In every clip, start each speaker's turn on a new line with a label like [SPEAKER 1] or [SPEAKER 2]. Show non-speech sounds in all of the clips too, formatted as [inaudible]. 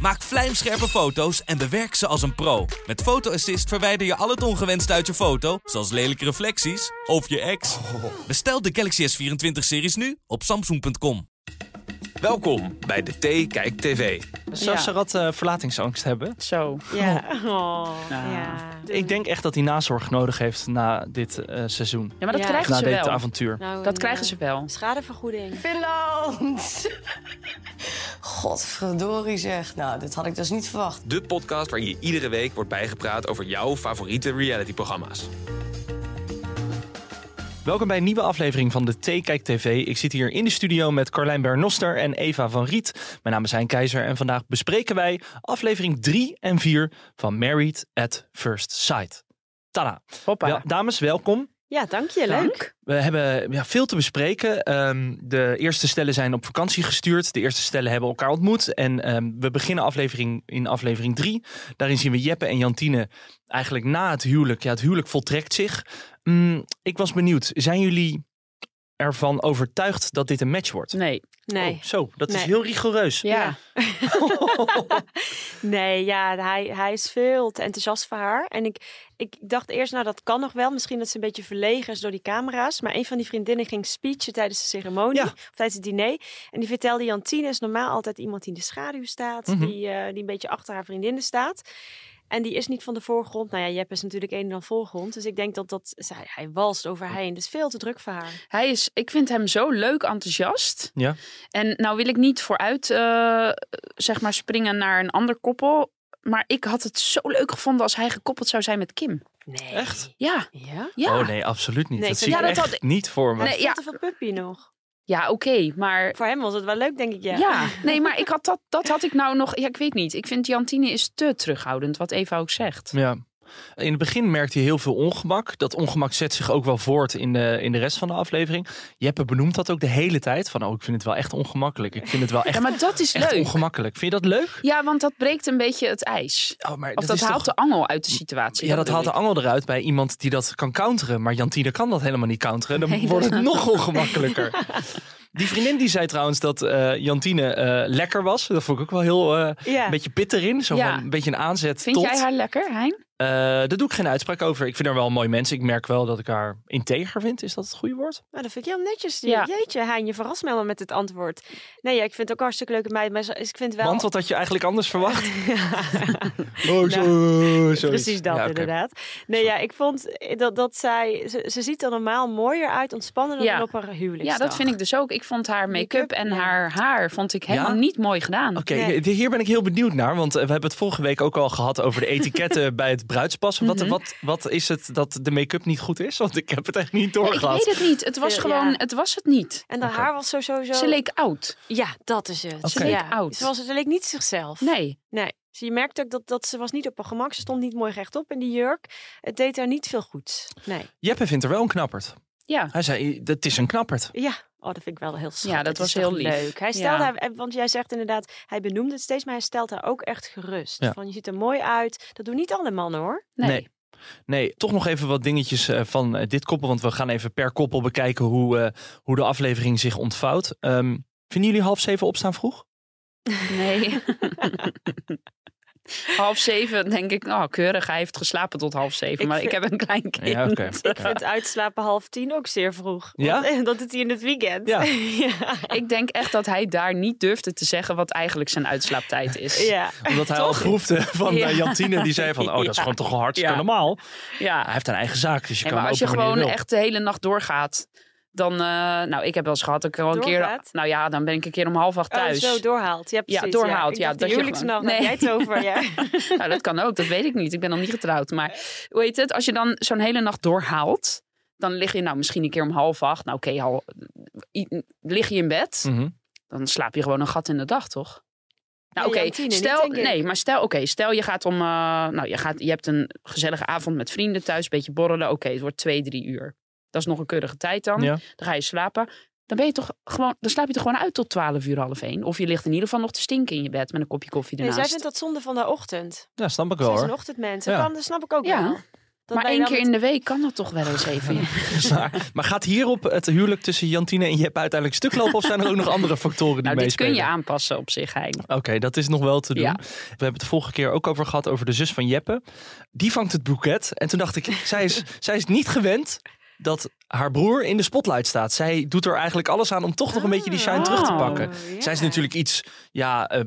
[SPEAKER 1] Maak vlijmscherpe foto's en bewerk ze als een pro. Met Photo Assist verwijder je al het ongewenst uit je foto, zoals lelijke reflecties of je ex. Bestel de Galaxy S24-series nu op Samsung.com.
[SPEAKER 2] Welkom bij de T Kijk TV.
[SPEAKER 3] Zou
[SPEAKER 4] Ja.
[SPEAKER 3] Sarat eh, verlatingsangst hebben?
[SPEAKER 4] Zo.
[SPEAKER 5] Ja. Oh,
[SPEAKER 3] Ah.
[SPEAKER 4] Ja.
[SPEAKER 5] ja.
[SPEAKER 3] Ik denk echt dat hij nazorg nodig heeft na dit eh, seizoen.
[SPEAKER 4] Ja, maar dat
[SPEAKER 5] Ja.
[SPEAKER 4] krijgen
[SPEAKER 3] Na
[SPEAKER 4] ze
[SPEAKER 3] dit
[SPEAKER 4] wel.
[SPEAKER 3] avontuur.
[SPEAKER 5] Nou,
[SPEAKER 4] Dat
[SPEAKER 5] een,
[SPEAKER 4] krijgen
[SPEAKER 5] eh,
[SPEAKER 4] ze wel.
[SPEAKER 5] Schadevergoeding.
[SPEAKER 6] Finland! Godverdorie zeg. Nou, dit had ik dus niet verwacht.
[SPEAKER 2] De podcast waarin je iedere week wordt bijgepraat over jouw favoriete realityprogramma's.
[SPEAKER 3] Welkom bij een nieuwe aflevering van de T-Kijk TV. Ik zit hier in de studio met Carlijn Bernoster en Eva van Riet. Mijn naam is Hein Keizer en vandaag bespreken wij aflevering 3 en 4 van Married at First Sight. Tada.
[SPEAKER 4] Hoppa.
[SPEAKER 3] Wel- dames, welkom.
[SPEAKER 5] Ja, dank je.
[SPEAKER 4] Dank.
[SPEAKER 5] Leuk.
[SPEAKER 3] We hebben ja, veel te bespreken. Ehm, de eerste stellen zijn op vakantie gestuurd. De eerste stellen hebben elkaar ontmoet. En ehm, we beginnen aflevering in aflevering 3. Daarin zien we Jeppe en Jantine eigenlijk na het huwelijk. Ja, het huwelijk voltrekt zich. Mm, ik was benieuwd, zijn jullie ervan overtuigd dat dit een match wordt?
[SPEAKER 4] Nee.
[SPEAKER 5] Nee.
[SPEAKER 3] Oh, zo, dat is
[SPEAKER 5] Nee.
[SPEAKER 3] heel rigoureus.
[SPEAKER 4] Ja.
[SPEAKER 5] Ja. Nee, ja, hij, hij is veel te enthousiast voor haar. En ik, ik dacht eerst, nou dat kan nog wel. Misschien dat ze een beetje verlegen is door die camera's. Maar een van die vriendinnen ging speechen tijdens de ceremonie.
[SPEAKER 3] Ja.
[SPEAKER 5] Of tijdens het diner. En die vertelde, Jantine is normaal altijd iemand die in de schaduw staat.
[SPEAKER 3] Mhm.
[SPEAKER 5] die, eh, die een beetje achter haar vriendinnen staat. En die is niet van de voorgrond. Nou ja, Jep is natuurlijk een en dan voorgrond. Dus ik denk dat, dat zij, hij walst over haar heen. Dus veel te druk voor haar.
[SPEAKER 4] Hij is, ik vind hem zo leuk enthousiast.
[SPEAKER 3] Ja.
[SPEAKER 4] En nou wil ik niet vooruit, eh, zeg maar, springen naar een ander koppel. Maar ik had het zo leuk gevonden als hij gekoppeld zou zijn met Kim.
[SPEAKER 5] Nee.
[SPEAKER 3] Echt?
[SPEAKER 4] Ja,
[SPEAKER 5] Ja?
[SPEAKER 4] ja.
[SPEAKER 3] Oh nee, absoluut niet.
[SPEAKER 5] Nee,
[SPEAKER 3] dat
[SPEAKER 5] ik
[SPEAKER 3] zie ik
[SPEAKER 4] vind- Ja,
[SPEAKER 3] echt
[SPEAKER 4] dat had-
[SPEAKER 3] niet voor me.
[SPEAKER 4] Nee, ja.
[SPEAKER 5] Veel te veel puppy nog.
[SPEAKER 4] Ja, oké, maar...
[SPEAKER 5] Voor hem was het wel leuk, denk ik, ja.
[SPEAKER 4] Ja. nee, maar ik had dat, dat had ik nou nog... Ja, ik weet niet. Ik vind Jantine is te terughoudend, wat Eva ook zegt.
[SPEAKER 3] Ja. In het begin merkte je heel veel ongemak. Dat ongemak zet zich ook wel voort in de, in de rest van de aflevering. Jeppe benoemt dat ook de hele tijd. Van, oh, ik vind het wel echt ongemakkelijk. Ik vind het wel echt,
[SPEAKER 4] Ja, maar dat is
[SPEAKER 3] echt
[SPEAKER 4] leuk.
[SPEAKER 3] ongemakkelijk. Vind je dat leuk?
[SPEAKER 4] Ja, want dat breekt een beetje het ijs.
[SPEAKER 3] Oh, maar
[SPEAKER 4] Of dat,
[SPEAKER 3] is
[SPEAKER 4] haalt
[SPEAKER 3] toch-
[SPEAKER 4] de angel uit de situatie.
[SPEAKER 3] Ja, dat
[SPEAKER 4] bedoel
[SPEAKER 3] haalt de
[SPEAKER 4] ik.
[SPEAKER 3] angel eruit bij iemand die dat kan counteren. Maar Jantine kan dat helemaal niet counteren. Dan
[SPEAKER 4] Nee, dat
[SPEAKER 3] wordt
[SPEAKER 4] is
[SPEAKER 3] het nog
[SPEAKER 4] [laughs]
[SPEAKER 3] ongemakkelijker. Die vriendin die zei trouwens dat eh, Jantine eh, lekker was. Dat vond ik ook wel heel... eh,
[SPEAKER 5] Ja.
[SPEAKER 3] Een beetje bitter in, zo
[SPEAKER 4] Ja.
[SPEAKER 3] van een beetje een aanzet
[SPEAKER 4] Vind
[SPEAKER 3] tot...
[SPEAKER 4] jij haar lekker, Hein?
[SPEAKER 3] Eh, daar doe ik geen uitspraak over. Ik vind haar wel een mooi mens. Ik merk wel dat ik haar integer vind. Is dat het goede woord?
[SPEAKER 5] Nou, dat vind ik heel netjes. Je-
[SPEAKER 4] Ja.
[SPEAKER 5] Jeetje, Hein, je verrast me helemaal met het antwoord. Nee, ja, ik vind het ook een hartstikke leuke meid. Maar ze- ik vind wel...
[SPEAKER 3] Want wat had je eigenlijk anders
[SPEAKER 4] [laughs]
[SPEAKER 3] verwacht?
[SPEAKER 5] Nou,
[SPEAKER 3] oh,
[SPEAKER 4] Nou,
[SPEAKER 3] zo, zo
[SPEAKER 5] Precies dat,
[SPEAKER 3] Ja, oké.
[SPEAKER 5] inderdaad. Nee, ja, ik vond eh, dat, dat zij... Ze, ze ziet er normaal mooier uit, ontspannender
[SPEAKER 4] Ja.
[SPEAKER 5] dan op haar huwelijk.
[SPEAKER 4] Ja, dat vind ik dus ook. Ik vond haar make-up en
[SPEAKER 5] ja.
[SPEAKER 4] haar haar vond ik helemaal
[SPEAKER 3] Ja?
[SPEAKER 4] niet mooi gedaan.
[SPEAKER 3] Oké,
[SPEAKER 5] Nee.
[SPEAKER 3] de- hier ben ik heel benieuwd naar. Want eh, we hebben het vorige week ook al gehad over de
[SPEAKER 4] [laughs]
[SPEAKER 3] etiketten bij het bruidspas. Wat,
[SPEAKER 4] Mhm.
[SPEAKER 3] wat, wat is het dat de make-up niet goed is? Want ik heb het echt niet
[SPEAKER 4] Ja, ik
[SPEAKER 3] doorgehad.
[SPEAKER 4] weet het niet. Het was
[SPEAKER 5] Ja.
[SPEAKER 4] gewoon, het was het niet.
[SPEAKER 5] En haar
[SPEAKER 3] Oké.
[SPEAKER 5] haar was zo sowieso...
[SPEAKER 4] Ze leek oud.
[SPEAKER 5] Ja, dat is het.
[SPEAKER 3] Ze leek
[SPEAKER 5] ja.
[SPEAKER 4] oud.
[SPEAKER 5] Ze, was, ze leek niet zichzelf.
[SPEAKER 4] Nee.
[SPEAKER 5] Nee. Dus je merkt ook dat, dat ze was niet op haar gemak. Ze stond niet mooi rechtop in die jurk. Het deed haar niet veel goed. Nee.
[SPEAKER 3] Jeppe vindt er wel een knappert.
[SPEAKER 4] Ja.
[SPEAKER 3] Hij zei, dat is een knappert.
[SPEAKER 5] Ja, oh, dat vind ik wel heel schattig.
[SPEAKER 4] dat
[SPEAKER 5] Het is
[SPEAKER 4] was heel
[SPEAKER 5] toch
[SPEAKER 4] lief.
[SPEAKER 5] leuk. Hij stelde
[SPEAKER 4] Ja.
[SPEAKER 5] haar- eh, want jij zegt inderdaad, hij benoemde het steeds, maar hij stelt haar ook echt gerust.
[SPEAKER 3] Ja.
[SPEAKER 5] Van je ziet er mooi uit. Dat doen niet alle mannen hoor.
[SPEAKER 4] Nee.
[SPEAKER 3] Nee. Nee, toch nog even wat dingetjes eh, van eh, dit koppel. Want we gaan even per koppel bekijken hoe, eh, hoe de aflevering zich ontvouwt. Ehm, vinden jullie half zeven opstaan vroeg?
[SPEAKER 4] Nee. [laughs] half zeven denk ik, oh keurig, hij heeft geslapen tot half zeven.
[SPEAKER 5] Ik
[SPEAKER 4] maar
[SPEAKER 5] vind-
[SPEAKER 4] ik heb een klein kind.
[SPEAKER 3] Ja, oké.
[SPEAKER 5] Ik vind uitslapen half tien ook zeer vroeg.
[SPEAKER 3] Ja?
[SPEAKER 5] Want, eh, dat doet hij in het weekend.
[SPEAKER 3] Ja.
[SPEAKER 5] [laughs] ja.
[SPEAKER 4] [laughs] Ik denk echt dat hij daar niet durfde te zeggen wat eigenlijk zijn uitslaaptijd is.
[SPEAKER 5] Ja. Oh,
[SPEAKER 3] Omdat
[SPEAKER 4] [laughs]
[SPEAKER 3] hij al groefde van
[SPEAKER 4] Ja.
[SPEAKER 3] eh, Jantine. Die zei
[SPEAKER 4] [laughs]
[SPEAKER 3] van, oh dat is
[SPEAKER 4] Ja.
[SPEAKER 3] gewoon toch wel hartstikke
[SPEAKER 4] Ja.
[SPEAKER 3] normaal.
[SPEAKER 4] ja.
[SPEAKER 3] Hij heeft een eigen zaak, dus je
[SPEAKER 4] Nee,
[SPEAKER 3] kan
[SPEAKER 4] maar als je
[SPEAKER 3] hem op een
[SPEAKER 4] gewoon
[SPEAKER 3] manier wil.
[SPEAKER 4] echt de hele nacht doorgaat, dan... eh, nou, ik heb wel eens gehad dat ik gewoon een keer...
[SPEAKER 5] Doorgaat?
[SPEAKER 4] Nou ja, dan ben ik een keer om half acht
[SPEAKER 5] Oh,
[SPEAKER 4] thuis.
[SPEAKER 5] zo doorhaalt. Ja, precies.
[SPEAKER 4] doorhaalt,
[SPEAKER 5] Ik
[SPEAKER 4] ja,
[SPEAKER 5] dacht,
[SPEAKER 4] dat
[SPEAKER 5] die
[SPEAKER 4] je
[SPEAKER 5] huwelijksnacht,
[SPEAKER 4] gewoon-
[SPEAKER 5] heb jij het over.
[SPEAKER 4] [laughs]
[SPEAKER 5] Ja.
[SPEAKER 4] Nou, dat kan ook, dat weet ik niet. Ik ben nog niet getrouwd. Maar hoe heet het? Als je dan zo'n hele nacht doorhaalt, dan lig je nou misschien een keer om half acht. Nou oké, hal- i- lig je in
[SPEAKER 5] Hm.
[SPEAKER 4] bed,
[SPEAKER 3] Mhm.
[SPEAKER 4] dan slaap je gewoon een gat in de dag, toch? Nou
[SPEAKER 5] Nee,
[SPEAKER 4] oké,
[SPEAKER 5] ja, om tien uur niet,
[SPEAKER 4] stel,
[SPEAKER 5] denk ik.
[SPEAKER 4] nee, maar stel, oké, stel je gaat om, eh, nou je, gaat, je hebt een gezellige avond met vrienden thuis, een beetje borrelen. Oké, het wordt twee, drie uur. Dat is nog een keurige tijd dan.
[SPEAKER 3] Ja.
[SPEAKER 4] Dan ga je slapen. Dan ben je toch gewoon, dan slaap je er gewoon uit tot 12 uur half één. Of je ligt in ieder geval nog te stinken in je bed met een kopje koffie
[SPEAKER 5] Nee,
[SPEAKER 4] ernaast.
[SPEAKER 5] zij vindt dat zonde van de ochtend.
[SPEAKER 3] Ja, snap ik
[SPEAKER 5] Zij
[SPEAKER 3] wel
[SPEAKER 5] is een
[SPEAKER 3] hoor.
[SPEAKER 5] ochtendmens. Dat,
[SPEAKER 3] Ja.
[SPEAKER 5] kan, dat snap ik ook
[SPEAKER 4] Ja.
[SPEAKER 5] wel. Dat
[SPEAKER 4] maar
[SPEAKER 5] wij
[SPEAKER 4] één
[SPEAKER 5] wel
[SPEAKER 4] keer
[SPEAKER 5] met-
[SPEAKER 4] in de week kan dat toch wel eens
[SPEAKER 3] [laughs]
[SPEAKER 4] even. ja.
[SPEAKER 3] [laughs] Maar, maar gaat hierop het huwelijk tussen Jantine en Jep uiteindelijk stuk lopen? Of zijn er ook nog andere factoren die
[SPEAKER 4] Nou, dit
[SPEAKER 3] meespelen?
[SPEAKER 4] kun je aanpassen op zich, Hein.
[SPEAKER 3] Oké, dat is nog wel te doen.
[SPEAKER 4] Ja.
[SPEAKER 3] We hebben het de vorige keer ook over gehad over de zus van Jeppe. Die vangt het boeket. En toen dacht
[SPEAKER 5] [laughs]
[SPEAKER 3] ik, zij is, zij is niet gewend dat haar broer in de spotlight staat. Zij doet er eigenlijk alles aan om toch nog een beetje die shine terug te
[SPEAKER 4] Oh,
[SPEAKER 3] pakken.
[SPEAKER 5] Ah, ja.
[SPEAKER 3] Zij is natuurlijk iets, ja, eh,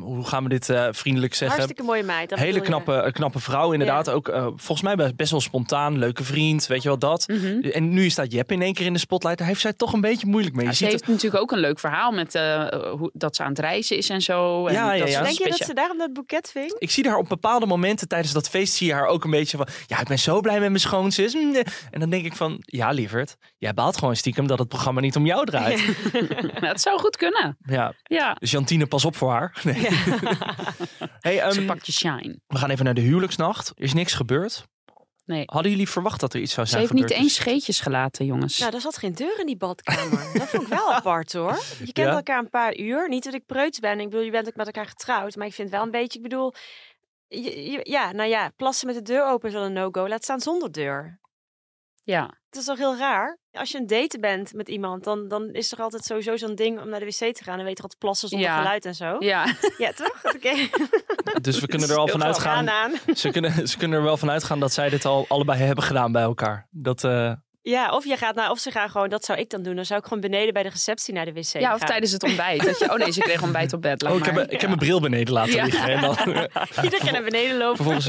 [SPEAKER 3] hoe gaan we dit eh, vriendelijk zeggen?
[SPEAKER 5] Hartstikke mooie meid. dat
[SPEAKER 3] Hele
[SPEAKER 5] bedoel je.
[SPEAKER 3] knappe, eh, knappe vrouw, inderdaad. Ook eh, volgens mij best- best wel spontaan, leuke vriend, weet je wel dat.
[SPEAKER 5] Mhm.
[SPEAKER 3] En nu staat Jep in één keer in de spotlight. Daar heeft zij toch een beetje moeilijk mee. Je
[SPEAKER 4] ze
[SPEAKER 3] ziet
[SPEAKER 4] heeft natuurlijk ook een leuk verhaal met eh, hoe, dat ze aan het reizen is en zo. En
[SPEAKER 3] Ja, ja,
[SPEAKER 4] dat
[SPEAKER 3] ja.
[SPEAKER 4] ze
[SPEAKER 5] Denk je dat
[SPEAKER 4] specia-
[SPEAKER 5] ze daarom dat boeket ving?
[SPEAKER 3] ik zie haar op bepaalde momenten tijdens dat feest, zie je haar ook een beetje van, ja, ik ben zo blij met mijn schoonzus. Mm, eh. En dan denk ik van, ja, lieverd, jij baalt gewoon stiekem dat het programma niet om jou
[SPEAKER 4] [laughs]
[SPEAKER 3] draait. Ja.
[SPEAKER 4] Nou, het zou goed kunnen. Ja.
[SPEAKER 3] Dus Jantine, pas op voor haar. Nee.
[SPEAKER 4] [laughs]
[SPEAKER 3] hey, ehm,
[SPEAKER 4] Ze pakt je shine.
[SPEAKER 3] we gaan even naar de huwelijksnacht. Er is niks gebeurd.
[SPEAKER 4] Nee.
[SPEAKER 3] Hadden jullie verwacht dat er iets zou
[SPEAKER 4] Ze
[SPEAKER 3] zijn
[SPEAKER 4] heeft niet
[SPEAKER 3] gebeurd? Dus-
[SPEAKER 4] eens scheetjes gelaten, jongens.
[SPEAKER 5] Nou, daar zat geen deur in die badkamer. dat vond ik wel apart hoor. Je kent
[SPEAKER 3] Ja.
[SPEAKER 5] elkaar een paar uur. Niet dat ik preuts ben. Ik bedoel, je bent ook met elkaar getrouwd. Maar ik vind wel een beetje, ik bedoel... je- je- ja, nou ja, plassen met de deur open is al een no-go. Laat staan zonder deur.
[SPEAKER 4] ja.
[SPEAKER 5] Het is toch heel raar? Als je een date bent met iemand, dan, dan is er altijd sowieso zo'n ding om naar de wc te gaan. En weet je wat plassen zonder
[SPEAKER 4] Ja.
[SPEAKER 5] geluid en zo. Ja, [laughs]
[SPEAKER 4] ja.
[SPEAKER 5] toch?
[SPEAKER 4] [laughs]
[SPEAKER 5] Oké.
[SPEAKER 3] Dus we kunnen er al van uitgaan.
[SPEAKER 5] Gaan aan.
[SPEAKER 3] Ze kunnen, ze kunnen er wel van uitgaan dat zij dit al allebei hebben gedaan bij elkaar. Dat, eh,
[SPEAKER 5] Ja, of je gaat naar, of ze gaan gewoon, dat zou ik dan doen. Dan zou ik gewoon beneden bij de receptie naar de wc.
[SPEAKER 4] ja, of
[SPEAKER 5] gaan.
[SPEAKER 4] tijdens het ontbijt. Dat je, oh nee, ze kreeg ontbijt op bed. laat
[SPEAKER 3] oh, ik heb,
[SPEAKER 4] maar.
[SPEAKER 3] mijn- ik heb mijn bril beneden laten
[SPEAKER 4] Ja.
[SPEAKER 3] liggen. En dan,
[SPEAKER 5] [laughs] Iedereen naar beneden lopen.
[SPEAKER 3] vervolgens.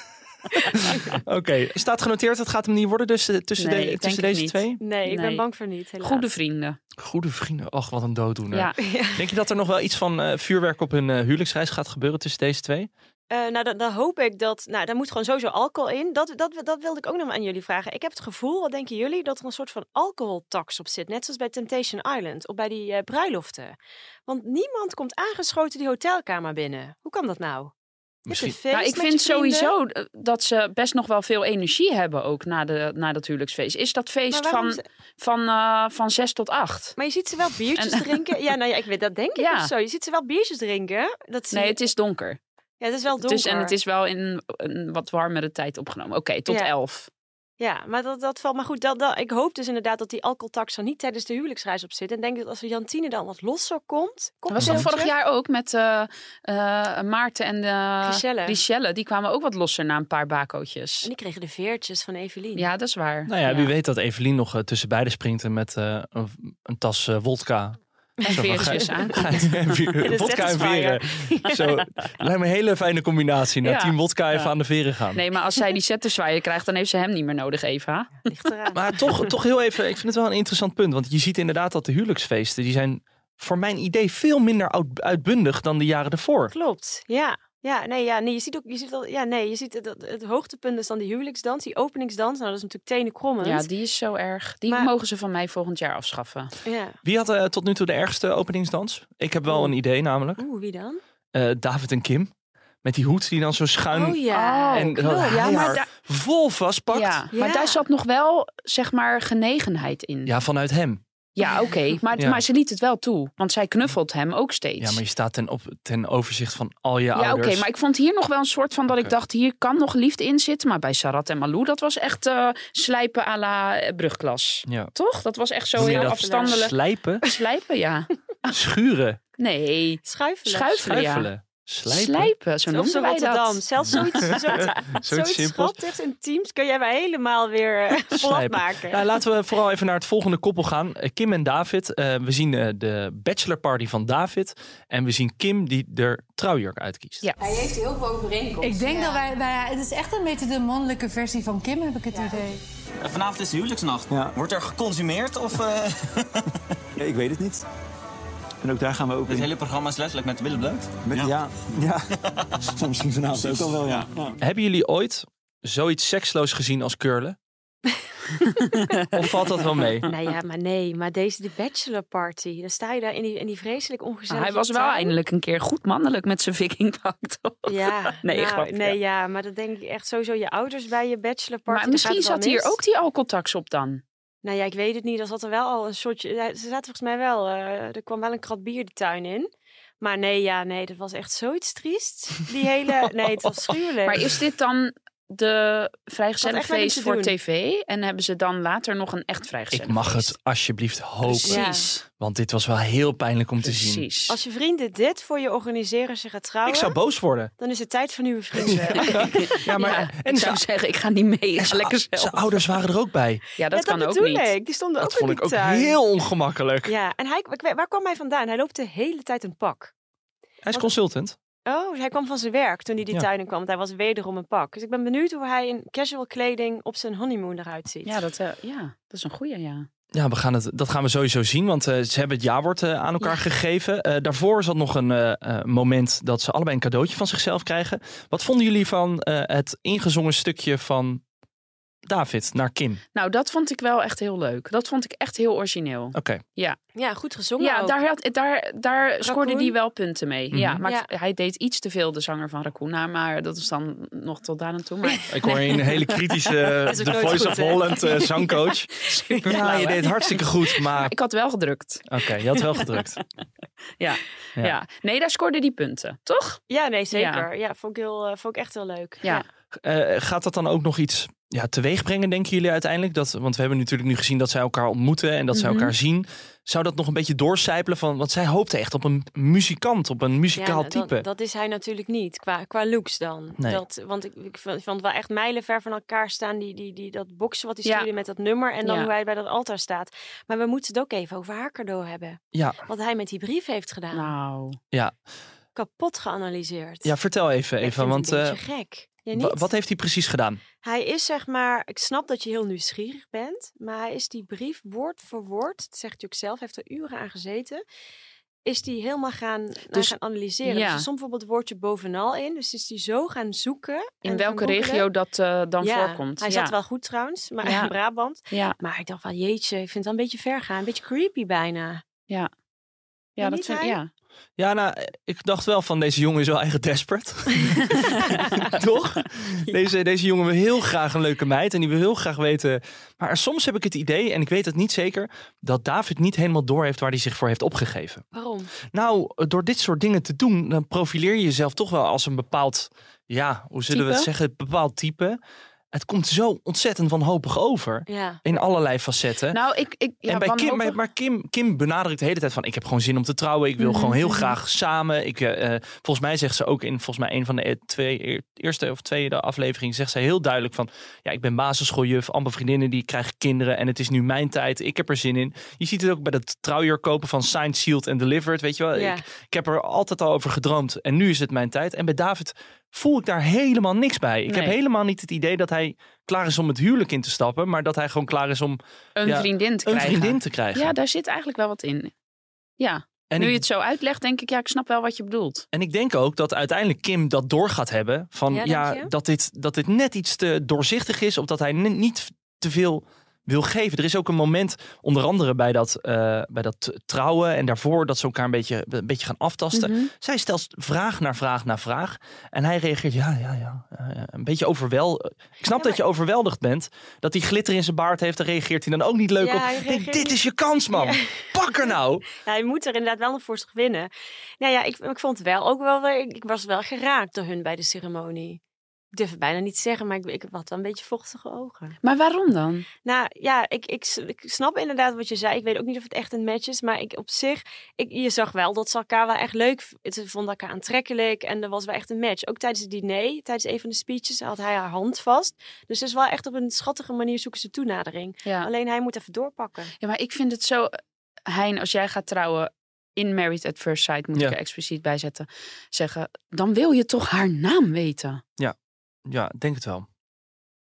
[SPEAKER 3] [laughs] eh, Oké, staat genoteerd. Het gaat hem niet worden dus, eh, tussen,
[SPEAKER 4] Nee,
[SPEAKER 3] de-
[SPEAKER 4] ik denk
[SPEAKER 3] tussen
[SPEAKER 4] het
[SPEAKER 3] deze
[SPEAKER 4] niet.
[SPEAKER 3] twee.
[SPEAKER 5] Nee, ik
[SPEAKER 4] Nee.
[SPEAKER 5] ben bang voor niet. Helaas.
[SPEAKER 4] Goede vrienden.
[SPEAKER 3] Goede vrienden. Och, wat een dooddoener.
[SPEAKER 4] Ja.
[SPEAKER 3] Denk je dat er nog wel iets van eh, vuurwerk op hun eh, huwelijksreis gaat gebeuren tussen deze twee?
[SPEAKER 5] Eh, nou, dan, dan hoop ik dat. Nou, daar moet gewoon sowieso alcohol in. Dat, dat, dat wilde ik ook nog aan jullie vragen. Ik heb het gevoel, wat denken jullie, dat er een soort van alcoholtax op zit. Net zoals bij Temptation Island of bij die eh, bruiloften. Want niemand komt aangeschoten die hotelkamer binnen. Hoe kan dat nou?
[SPEAKER 3] Misschien.
[SPEAKER 4] Nou, ik vind sowieso eh, dat ze best nog wel veel energie hebben ook na, de, na dat huwelijksfeest. Is dat feest van, van, eh, van zes tot acht?
[SPEAKER 5] Maar je ziet ze wel biertjes
[SPEAKER 4] En-
[SPEAKER 5] drinken. Ja, nou ja, ik weet dat denk ik
[SPEAKER 4] [laughs] Ja.
[SPEAKER 5] of zo. Je ziet ze wel biertjes drinken. Dat zie
[SPEAKER 4] Nee,
[SPEAKER 5] je-
[SPEAKER 4] het is donker.
[SPEAKER 5] ja, het is wel
[SPEAKER 4] Het
[SPEAKER 5] donker.
[SPEAKER 4] is, Dus, en het is wel in een wat warmere tijd opgenomen. Oké, tot
[SPEAKER 5] Ja.
[SPEAKER 4] elf.
[SPEAKER 5] Ja, maar dat, dat valt. Maar goed, dat, dat, ik hoop dus inderdaad dat die alcoholtax er niet tijdens de huwelijksreis op zit. En denk dat als er Jantine dan wat losser komt.
[SPEAKER 4] Dat was toch
[SPEAKER 5] cocktailtje?
[SPEAKER 4] vorig jaar ook met eh, eh, Maarten en eh
[SPEAKER 5] Giselle.
[SPEAKER 4] Richelle. Die kwamen ook wat losser na een paar
[SPEAKER 5] En
[SPEAKER 4] bakootjes.
[SPEAKER 5] die kregen de veertjes van Evelien.
[SPEAKER 4] Ja, dat is waar.
[SPEAKER 3] Nou ja, wie weet dat Evelien nog eh, tussen beiden springt en met eh, een, een tas eh, wodka.
[SPEAKER 4] En
[SPEAKER 3] Zo van,
[SPEAKER 4] veertjes
[SPEAKER 3] ga- [laughs]
[SPEAKER 4] aan.
[SPEAKER 3] ga-
[SPEAKER 4] [laughs]
[SPEAKER 3] vier-
[SPEAKER 5] de
[SPEAKER 3] Wodka en
[SPEAKER 5] Satisfyer.
[SPEAKER 3] veren. Zo, lijkt me een hele fijne combinatie. Nou,
[SPEAKER 4] Ja.
[SPEAKER 3] team wodka even
[SPEAKER 4] Ja.
[SPEAKER 3] aan de veren gaan.
[SPEAKER 4] Nee, maar als zij die set te zwaaien krijgt, dan heeft ze hem niet meer nodig, Eva.
[SPEAKER 5] Ligt eraan.
[SPEAKER 3] [laughs] Maar toch, toch heel even, ik vind het wel een interessant punt. Want je ziet inderdaad dat de huwelijksfeesten, die zijn voor mijn idee veel minder oud- uitbundig dan de jaren ervoor.
[SPEAKER 5] Klopt. Ja. Ja, nee, ja, nee, je ziet ook, je ziet al, ja, nee, je ziet dat het hoogtepunt is dan die huwelijksdans, die openingsdans. Nou, dat is natuurlijk tenen krommend.
[SPEAKER 4] Ja, die is zo erg. Die
[SPEAKER 5] Maar-
[SPEAKER 4] mogen ze van mij volgend jaar afschaffen.
[SPEAKER 5] Ja.
[SPEAKER 3] Wie had eh, tot nu toe de ergste openingsdans? Ik heb wel een idee namelijk.
[SPEAKER 5] Oeh, wie dan?
[SPEAKER 3] Eh, David en Kim. Met die hoed die dan zo schuin
[SPEAKER 5] oh ja.
[SPEAKER 4] Oh,
[SPEAKER 3] en dat
[SPEAKER 5] klopt.
[SPEAKER 3] hij
[SPEAKER 5] Ja, maar
[SPEAKER 3] haar
[SPEAKER 5] daar-
[SPEAKER 3] vol vastpakt.
[SPEAKER 4] Ja,
[SPEAKER 3] Ja,
[SPEAKER 4] maar
[SPEAKER 5] Ja.
[SPEAKER 4] daar zat nog wel, zeg maar, genegenheid in. Ja,
[SPEAKER 3] vanuit hem.
[SPEAKER 4] oké. Maar,
[SPEAKER 3] Ja.
[SPEAKER 4] maar ze liet het wel toe. Want zij knuffelt hem ook steeds.
[SPEAKER 3] Ja, maar je staat ten, op, ten overzicht van al je
[SPEAKER 4] Ja,
[SPEAKER 3] ouders.
[SPEAKER 4] oké, maar ik vond hier nog wel een soort van dat ik
[SPEAKER 3] Oké.
[SPEAKER 4] dacht, hier kan nog liefde in zitten. Maar bij Sarat en Malou, dat was echt eh, slijpen à la eh, brugklas.
[SPEAKER 3] Ja.
[SPEAKER 4] Toch? Dat was echt zo
[SPEAKER 3] Noem je
[SPEAKER 4] heel
[SPEAKER 3] dat
[SPEAKER 4] afstandelijk.
[SPEAKER 3] Slijpen,
[SPEAKER 4] Slijpen, ja.
[SPEAKER 3] schuren,
[SPEAKER 4] Nee,
[SPEAKER 5] Schuifelen.
[SPEAKER 4] schuifelen, ja.
[SPEAKER 3] schuifelen, slijpen.
[SPEAKER 4] Slijpen, zo
[SPEAKER 5] Zelfs
[SPEAKER 4] noemden
[SPEAKER 5] in
[SPEAKER 4] wij
[SPEAKER 5] Rotterdam.
[SPEAKER 4] dat.
[SPEAKER 5] Zelfs zoiets, zoiets, zoiets
[SPEAKER 3] simpels.
[SPEAKER 5] schattigs in teams kun jij mij helemaal weer eh, plat
[SPEAKER 3] Slijpen.
[SPEAKER 5] maken.
[SPEAKER 3] Nou, laten we vooral even naar het volgende koppel gaan. Eh, Kim en David. Eh, we zien eh, de bachelorparty van David. En we zien Kim die er trouwjurk uitkiest.
[SPEAKER 4] Ja.
[SPEAKER 6] Hij heeft heel veel overeenkomsten.
[SPEAKER 7] Ik denk dat wij, wij- Het is echt een beetje de mannelijke versie van Kim, heb ik het idee.
[SPEAKER 8] Vanavond is de huwelijksnacht. Wordt er geconsumeerd of... eh,
[SPEAKER 9] [laughs] Ja, ik weet het niet. En ook daar gaan we ook
[SPEAKER 8] Het
[SPEAKER 9] in.
[SPEAKER 8] hele programma is letterlijk met Willem Leuk.
[SPEAKER 9] Met- ja. ja, [laughs] Nou, misschien vanavond ook al wel, ja. ja.
[SPEAKER 3] Hebben jullie ooit zoiets seksloos gezien als curlen? of valt dat wel mee?
[SPEAKER 5] Nou ja, maar nee, maar deze de bachelor party, dan sta je daar in die, in die vreselijk ongezellige.
[SPEAKER 4] Ah, Hij was wel
[SPEAKER 5] tuin.
[SPEAKER 4] eindelijk een keer goed mannelijk met zijn vikingpak, toch?
[SPEAKER 5] Ja,
[SPEAKER 4] Nee,
[SPEAKER 5] nee,
[SPEAKER 4] grapje,
[SPEAKER 5] nee, ja. maar dat denk ik echt sowieso je ouders bij je bachelor party.
[SPEAKER 4] Maar misschien zat hier ook die alcoholtax op dan.
[SPEAKER 5] Nou ja, ik weet het niet. Er zat er wel al een shotje. ja, Ze zaten volgens mij wel. eh, er kwam wel een krat bier de tuin in. Maar nee, ja, nee, dat was echt zoiets triest. Die hele. Nee, het was gruwelijk.
[SPEAKER 4] Maar is dit dan de
[SPEAKER 5] met hem
[SPEAKER 4] vrijgezellenfeest
[SPEAKER 5] te
[SPEAKER 4] voor
[SPEAKER 5] doen.
[SPEAKER 4] tv? En hebben ze dan later nog een echt
[SPEAKER 3] Ik
[SPEAKER 4] vrijgezellenfeest?
[SPEAKER 3] mag het alsjeblieft hopen.
[SPEAKER 4] Precies.
[SPEAKER 3] Want dit was wel heel pijnlijk om te zien.
[SPEAKER 4] Precies.
[SPEAKER 5] Als je vrienden dit voor je organiseren, als je gaat trouwen,
[SPEAKER 3] Ik zou boos worden.
[SPEAKER 5] dan is het tijd voor nieuwe vrienden.
[SPEAKER 3] Ja, maar,
[SPEAKER 4] Ja,
[SPEAKER 3] en
[SPEAKER 4] ik zou
[SPEAKER 3] zijn,
[SPEAKER 4] zeggen, ik ga niet mee. Ik ga lekker zelf.
[SPEAKER 3] zijn ouders waren er ook bij.
[SPEAKER 4] Ja, dat
[SPEAKER 5] Ja,
[SPEAKER 4] kan ook
[SPEAKER 5] bedoel
[SPEAKER 4] niet.
[SPEAKER 5] Ik. Die stonden
[SPEAKER 3] Dat
[SPEAKER 5] ook in
[SPEAKER 3] vond ik
[SPEAKER 5] die
[SPEAKER 3] ook
[SPEAKER 5] tuin.
[SPEAKER 3] heel ongemakkelijk.
[SPEAKER 5] Ja, en hij, ik weet- waar kwam hij vandaan? Hij loopt de hele tijd een pak.
[SPEAKER 3] Hij is consultant.
[SPEAKER 5] Oh, hij kwam van zijn werk toen hij die
[SPEAKER 3] Ja.
[SPEAKER 5] tuin in kwam. Want hij was wederom een pak. Dus ik ben benieuwd hoe hij in casual kleding op zijn honeymoon eruit ziet.
[SPEAKER 4] Ja dat, eh, ja, dat is een goeie, ja.
[SPEAKER 3] Ja, we gaan het, dat gaan we sowieso zien, want eh, ze hebben het jawoord eh, aan elkaar gegeven. Eh, daarvoor zat nog een eh, eh, moment dat ze allebei een cadeautje van zichzelf krijgen. Wat vonden jullie van eh, het ingezongen stukje van David naar Kim? Oké,
[SPEAKER 4] Nou, dat vond ik wel echt heel leuk. Dat vond ik echt heel
[SPEAKER 3] Oh,
[SPEAKER 4] origineel.
[SPEAKER 5] Ja, goed gezongen
[SPEAKER 4] Ja,
[SPEAKER 5] ook.
[SPEAKER 4] daar, had, daar, daar scoorde
[SPEAKER 5] Raccoon?
[SPEAKER 4] die wel punten mee.
[SPEAKER 3] Mhm.
[SPEAKER 4] Ja, maar ik-
[SPEAKER 5] Ja.
[SPEAKER 4] hij deed iets te veel, de zanger van Raccoon. Nou, Maar dat is dan nog tot daar aan
[SPEAKER 3] [laughs]
[SPEAKER 4] toe. Maar
[SPEAKER 3] ik hoor een hele kritische
[SPEAKER 5] is ook
[SPEAKER 3] The
[SPEAKER 5] nooit
[SPEAKER 3] Voice
[SPEAKER 5] goed,
[SPEAKER 3] of
[SPEAKER 5] hè?
[SPEAKER 3] Holland eh, zangcoach.
[SPEAKER 4] [laughs] Super
[SPEAKER 3] ja,
[SPEAKER 4] flauw,
[SPEAKER 3] je
[SPEAKER 4] hè?
[SPEAKER 3] deed het hartstikke goed, maar [laughs]
[SPEAKER 4] Ik had wel gedrukt.
[SPEAKER 3] oké, je had wel gedrukt. Ja.
[SPEAKER 4] Ja. Nee, daar scoorde die punten, toch?
[SPEAKER 5] Ja, nee, zeker. Ja, vond, ik heel, eh, vond ik echt heel leuk.
[SPEAKER 4] Ja.
[SPEAKER 3] Eh, gaat dat dan ook nog iets ja, teweeg brengen, denken jullie uiteindelijk? Dat, want we hebben natuurlijk nu gezien dat zij elkaar ontmoeten en dat zij
[SPEAKER 4] Mhm.
[SPEAKER 3] elkaar zien. Zou dat nog een beetje doorcijpelen van, want zij hoopte echt op een muzikant, op een
[SPEAKER 5] Ja,
[SPEAKER 3] muzikaal
[SPEAKER 5] nou,
[SPEAKER 3] type.
[SPEAKER 5] Dat, dat is hij natuurlijk niet, qua, qua looks dan.
[SPEAKER 3] Nee.
[SPEAKER 5] Dat, want ik, ik vond vond wel echt mijlenver van elkaar staan, die, die, die, dat boksen wat hij
[SPEAKER 4] Ja.
[SPEAKER 5] stuurde met dat nummer en dan
[SPEAKER 4] Ja.
[SPEAKER 5] hoe hij bij dat altaar staat. Maar we moeten het ook even over haar cadeau hebben.
[SPEAKER 3] Ja,
[SPEAKER 5] Wat hij met die brief heeft gedaan.
[SPEAKER 4] Nou,
[SPEAKER 5] Kapot geanalyseerd.
[SPEAKER 3] ja, vertel even,
[SPEAKER 5] Ja, ik
[SPEAKER 3] Eva,
[SPEAKER 5] vind
[SPEAKER 3] want
[SPEAKER 5] het een
[SPEAKER 3] eh,
[SPEAKER 5] beetje gek. Jij
[SPEAKER 3] wa-
[SPEAKER 5] niet?
[SPEAKER 3] wat heeft hij precies gedaan?
[SPEAKER 5] Hij is zeg maar, ik snap dat je heel nieuwsgierig bent, maar hij is die brief woord voor woord, dat zegt hij ook zelf, heeft er uren aan gezeten, is die helemaal gaan, naar
[SPEAKER 4] Dus-
[SPEAKER 5] gaan analyseren. Dus
[SPEAKER 4] ja.
[SPEAKER 5] er stond bijvoorbeeld het woordje bovenal in, dus is die zo gaan zoeken.
[SPEAKER 4] in
[SPEAKER 5] en
[SPEAKER 4] welke
[SPEAKER 5] gaan googlen.
[SPEAKER 4] regio dat eh, dan
[SPEAKER 5] ja,
[SPEAKER 4] voorkomt.
[SPEAKER 5] Hij
[SPEAKER 4] ja.
[SPEAKER 5] zat wel goed trouwens, maar
[SPEAKER 4] Ja.
[SPEAKER 5] in Brabant.
[SPEAKER 4] Ja,
[SPEAKER 5] Maar ik dacht van jeetje, ik vind het wel een beetje ver gaan, een beetje creepy bijna.
[SPEAKER 4] ja,
[SPEAKER 5] Maar
[SPEAKER 4] dat
[SPEAKER 5] niet
[SPEAKER 4] vind,
[SPEAKER 5] hij?
[SPEAKER 4] ja.
[SPEAKER 3] Ja, nou, ik dacht wel van deze jongen is wel eigen
[SPEAKER 5] [laughs]
[SPEAKER 3] desperate. Toch? Deze, deze jongen wil heel graag een leuke meid en die wil heel graag weten. Maar soms heb ik het idee, en ik weet het niet zeker, dat David niet helemaal door heeft waar hij zich voor heeft opgegeven.
[SPEAKER 5] Waarom?
[SPEAKER 3] Nou, door dit soort dingen te doen, dan profileer je jezelf toch wel als een bepaald, ja, hoe zullen we het
[SPEAKER 4] Type?
[SPEAKER 3] zeggen, een bepaald type. Het komt zo ontzettend wanhopig over
[SPEAKER 5] Ja.
[SPEAKER 3] in allerlei facetten.
[SPEAKER 4] Nou, ik, ik ja,
[SPEAKER 3] en bij Kim,
[SPEAKER 4] wanhopig-
[SPEAKER 3] maar- maar Kim, Kim benadrukt de hele tijd van: ik heb gewoon zin om te trouwen. Ik wil
[SPEAKER 4] Mhm,
[SPEAKER 3] gewoon heel graag samen. Ik, eh, eh, volgens mij zegt ze ook in volgens mij een van de e- twee, e- eerste of tweede aflevering zegt ze heel duidelijk van: ja, ik ben basisschooljuf, amper vriendinnen die krijgen kinderen en het is nu mijn tijd. Ik heb er zin in. Je ziet het ook bij dat trouwjurk kopen van Signed, Sealed en Delivered. Weet je wel?
[SPEAKER 5] Ja.
[SPEAKER 3] Oh, Ik, ik heb er altijd al over gedroomd en nu is het mijn tijd. En bij David voel ik daar helemaal niks bij. Ik heb
[SPEAKER 4] Nee.
[SPEAKER 3] helemaal niet het idee dat hij klaar is om het huwelijk in te stappen, maar dat hij gewoon klaar is om
[SPEAKER 4] een
[SPEAKER 3] ja,
[SPEAKER 4] vriendin te
[SPEAKER 3] een
[SPEAKER 4] krijgen.
[SPEAKER 3] vriendin te krijgen.
[SPEAKER 4] Ja, daar zit eigenlijk wel wat in. Ja,
[SPEAKER 3] en
[SPEAKER 4] nu
[SPEAKER 3] ik
[SPEAKER 4] je het zo uitlegt, denk ik, ja, ik snap wel wat je bedoelt.
[SPEAKER 3] En ik denk ook dat uiteindelijk Kim dat door gaat hebben. Van
[SPEAKER 5] Ja,
[SPEAKER 3] ja,
[SPEAKER 5] denk je?
[SPEAKER 3] dat, dit, dat dit net iets te doorzichtig is. Of dat hij ni- niet te veel wil geven. Er is ook een moment, onder andere bij dat, eh, bij dat t- trouwen. En daarvoor dat ze elkaar een beetje, een beetje gaan aftasten.
[SPEAKER 4] Mhm.
[SPEAKER 3] Zij stelt vraag naar vraag naar vraag. En hij reageert ja, ja, ja. eh, een beetje overwel. Ik snap dat je overweldigd bent. Dat hij glitter in zijn baard heeft. Daar reageert hij dan ook niet leuk
[SPEAKER 5] Ja,
[SPEAKER 3] op.
[SPEAKER 5] hij
[SPEAKER 3] Ik denk,
[SPEAKER 5] reageert
[SPEAKER 3] dit
[SPEAKER 5] niet-
[SPEAKER 3] is je kans, man. Pak er
[SPEAKER 5] [laughs]
[SPEAKER 3] nou.
[SPEAKER 5] Ja, hij moet er inderdaad wel een voorstel winnen. Nou ja, ik, ik vond het wel ook wel. weer- Ik, ik was wel geraakt door hun bij de ceremonie. Ik durf het bijna niet te zeggen, maar ik, ik had wel een beetje vochtige ogen.
[SPEAKER 4] Maar waarom dan?
[SPEAKER 5] Nou ja, ik, ik, s- ik snap inderdaad wat je zei. Ik weet ook niet of het echt een match is, maar ik op zich, ik, je zag wel dat ze elkaar wel echt leuk v- Ze vonden elkaar aantrekkelijk en er was wel echt een match. Ook tijdens het diner, tijdens een van de speeches, had hij haar hand vast. Dus het is wel echt op een schattige manier zoeken ze toenadering.
[SPEAKER 4] Ja.
[SPEAKER 5] Alleen hij moet even doorpakken.
[SPEAKER 4] ja, maar ik vind het zo... eh, Hein, als jij gaat trouwen in Married at First Sight, moet
[SPEAKER 3] Ja.
[SPEAKER 4] ik er expliciet bij zetten, zeggen, dan wil je toch haar naam weten.
[SPEAKER 3] Ja, ik denk het wel.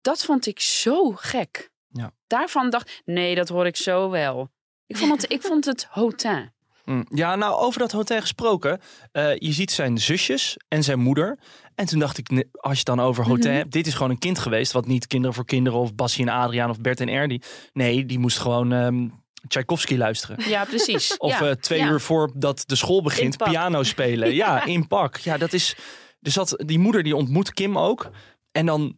[SPEAKER 4] Dat vond ik zo gek.
[SPEAKER 3] Ja.
[SPEAKER 4] Daarvan dacht nee, dat hoor ik zo wel. Ik vond het, ik vond het hotin.
[SPEAKER 3] Mm, Ja, nou, over dat hotel gesproken. eh, je ziet zijn zusjes en zijn moeder. En toen dacht ik, ne- als je het dan over hotel
[SPEAKER 4] Mhm.
[SPEAKER 3] hebt. Dit is gewoon een kind geweest. Wat niet Kinderen voor Kinderen of Bassie en Adriaan of Bert en Erdi. Nee, die moest gewoon ehm Tchaikovsky luisteren.
[SPEAKER 4] Ja,
[SPEAKER 3] [laughs]
[SPEAKER 4] precies.
[SPEAKER 3] Of
[SPEAKER 4] ja.
[SPEAKER 3] eh, twee
[SPEAKER 4] Ja.
[SPEAKER 3] uur voordat de school begint,
[SPEAKER 5] pak.
[SPEAKER 3] piano spelen.
[SPEAKER 4] [laughs]
[SPEAKER 3] ja. in pak. Ja, dat is. Dus dat, die moeder die ontmoet Kim ook. En dan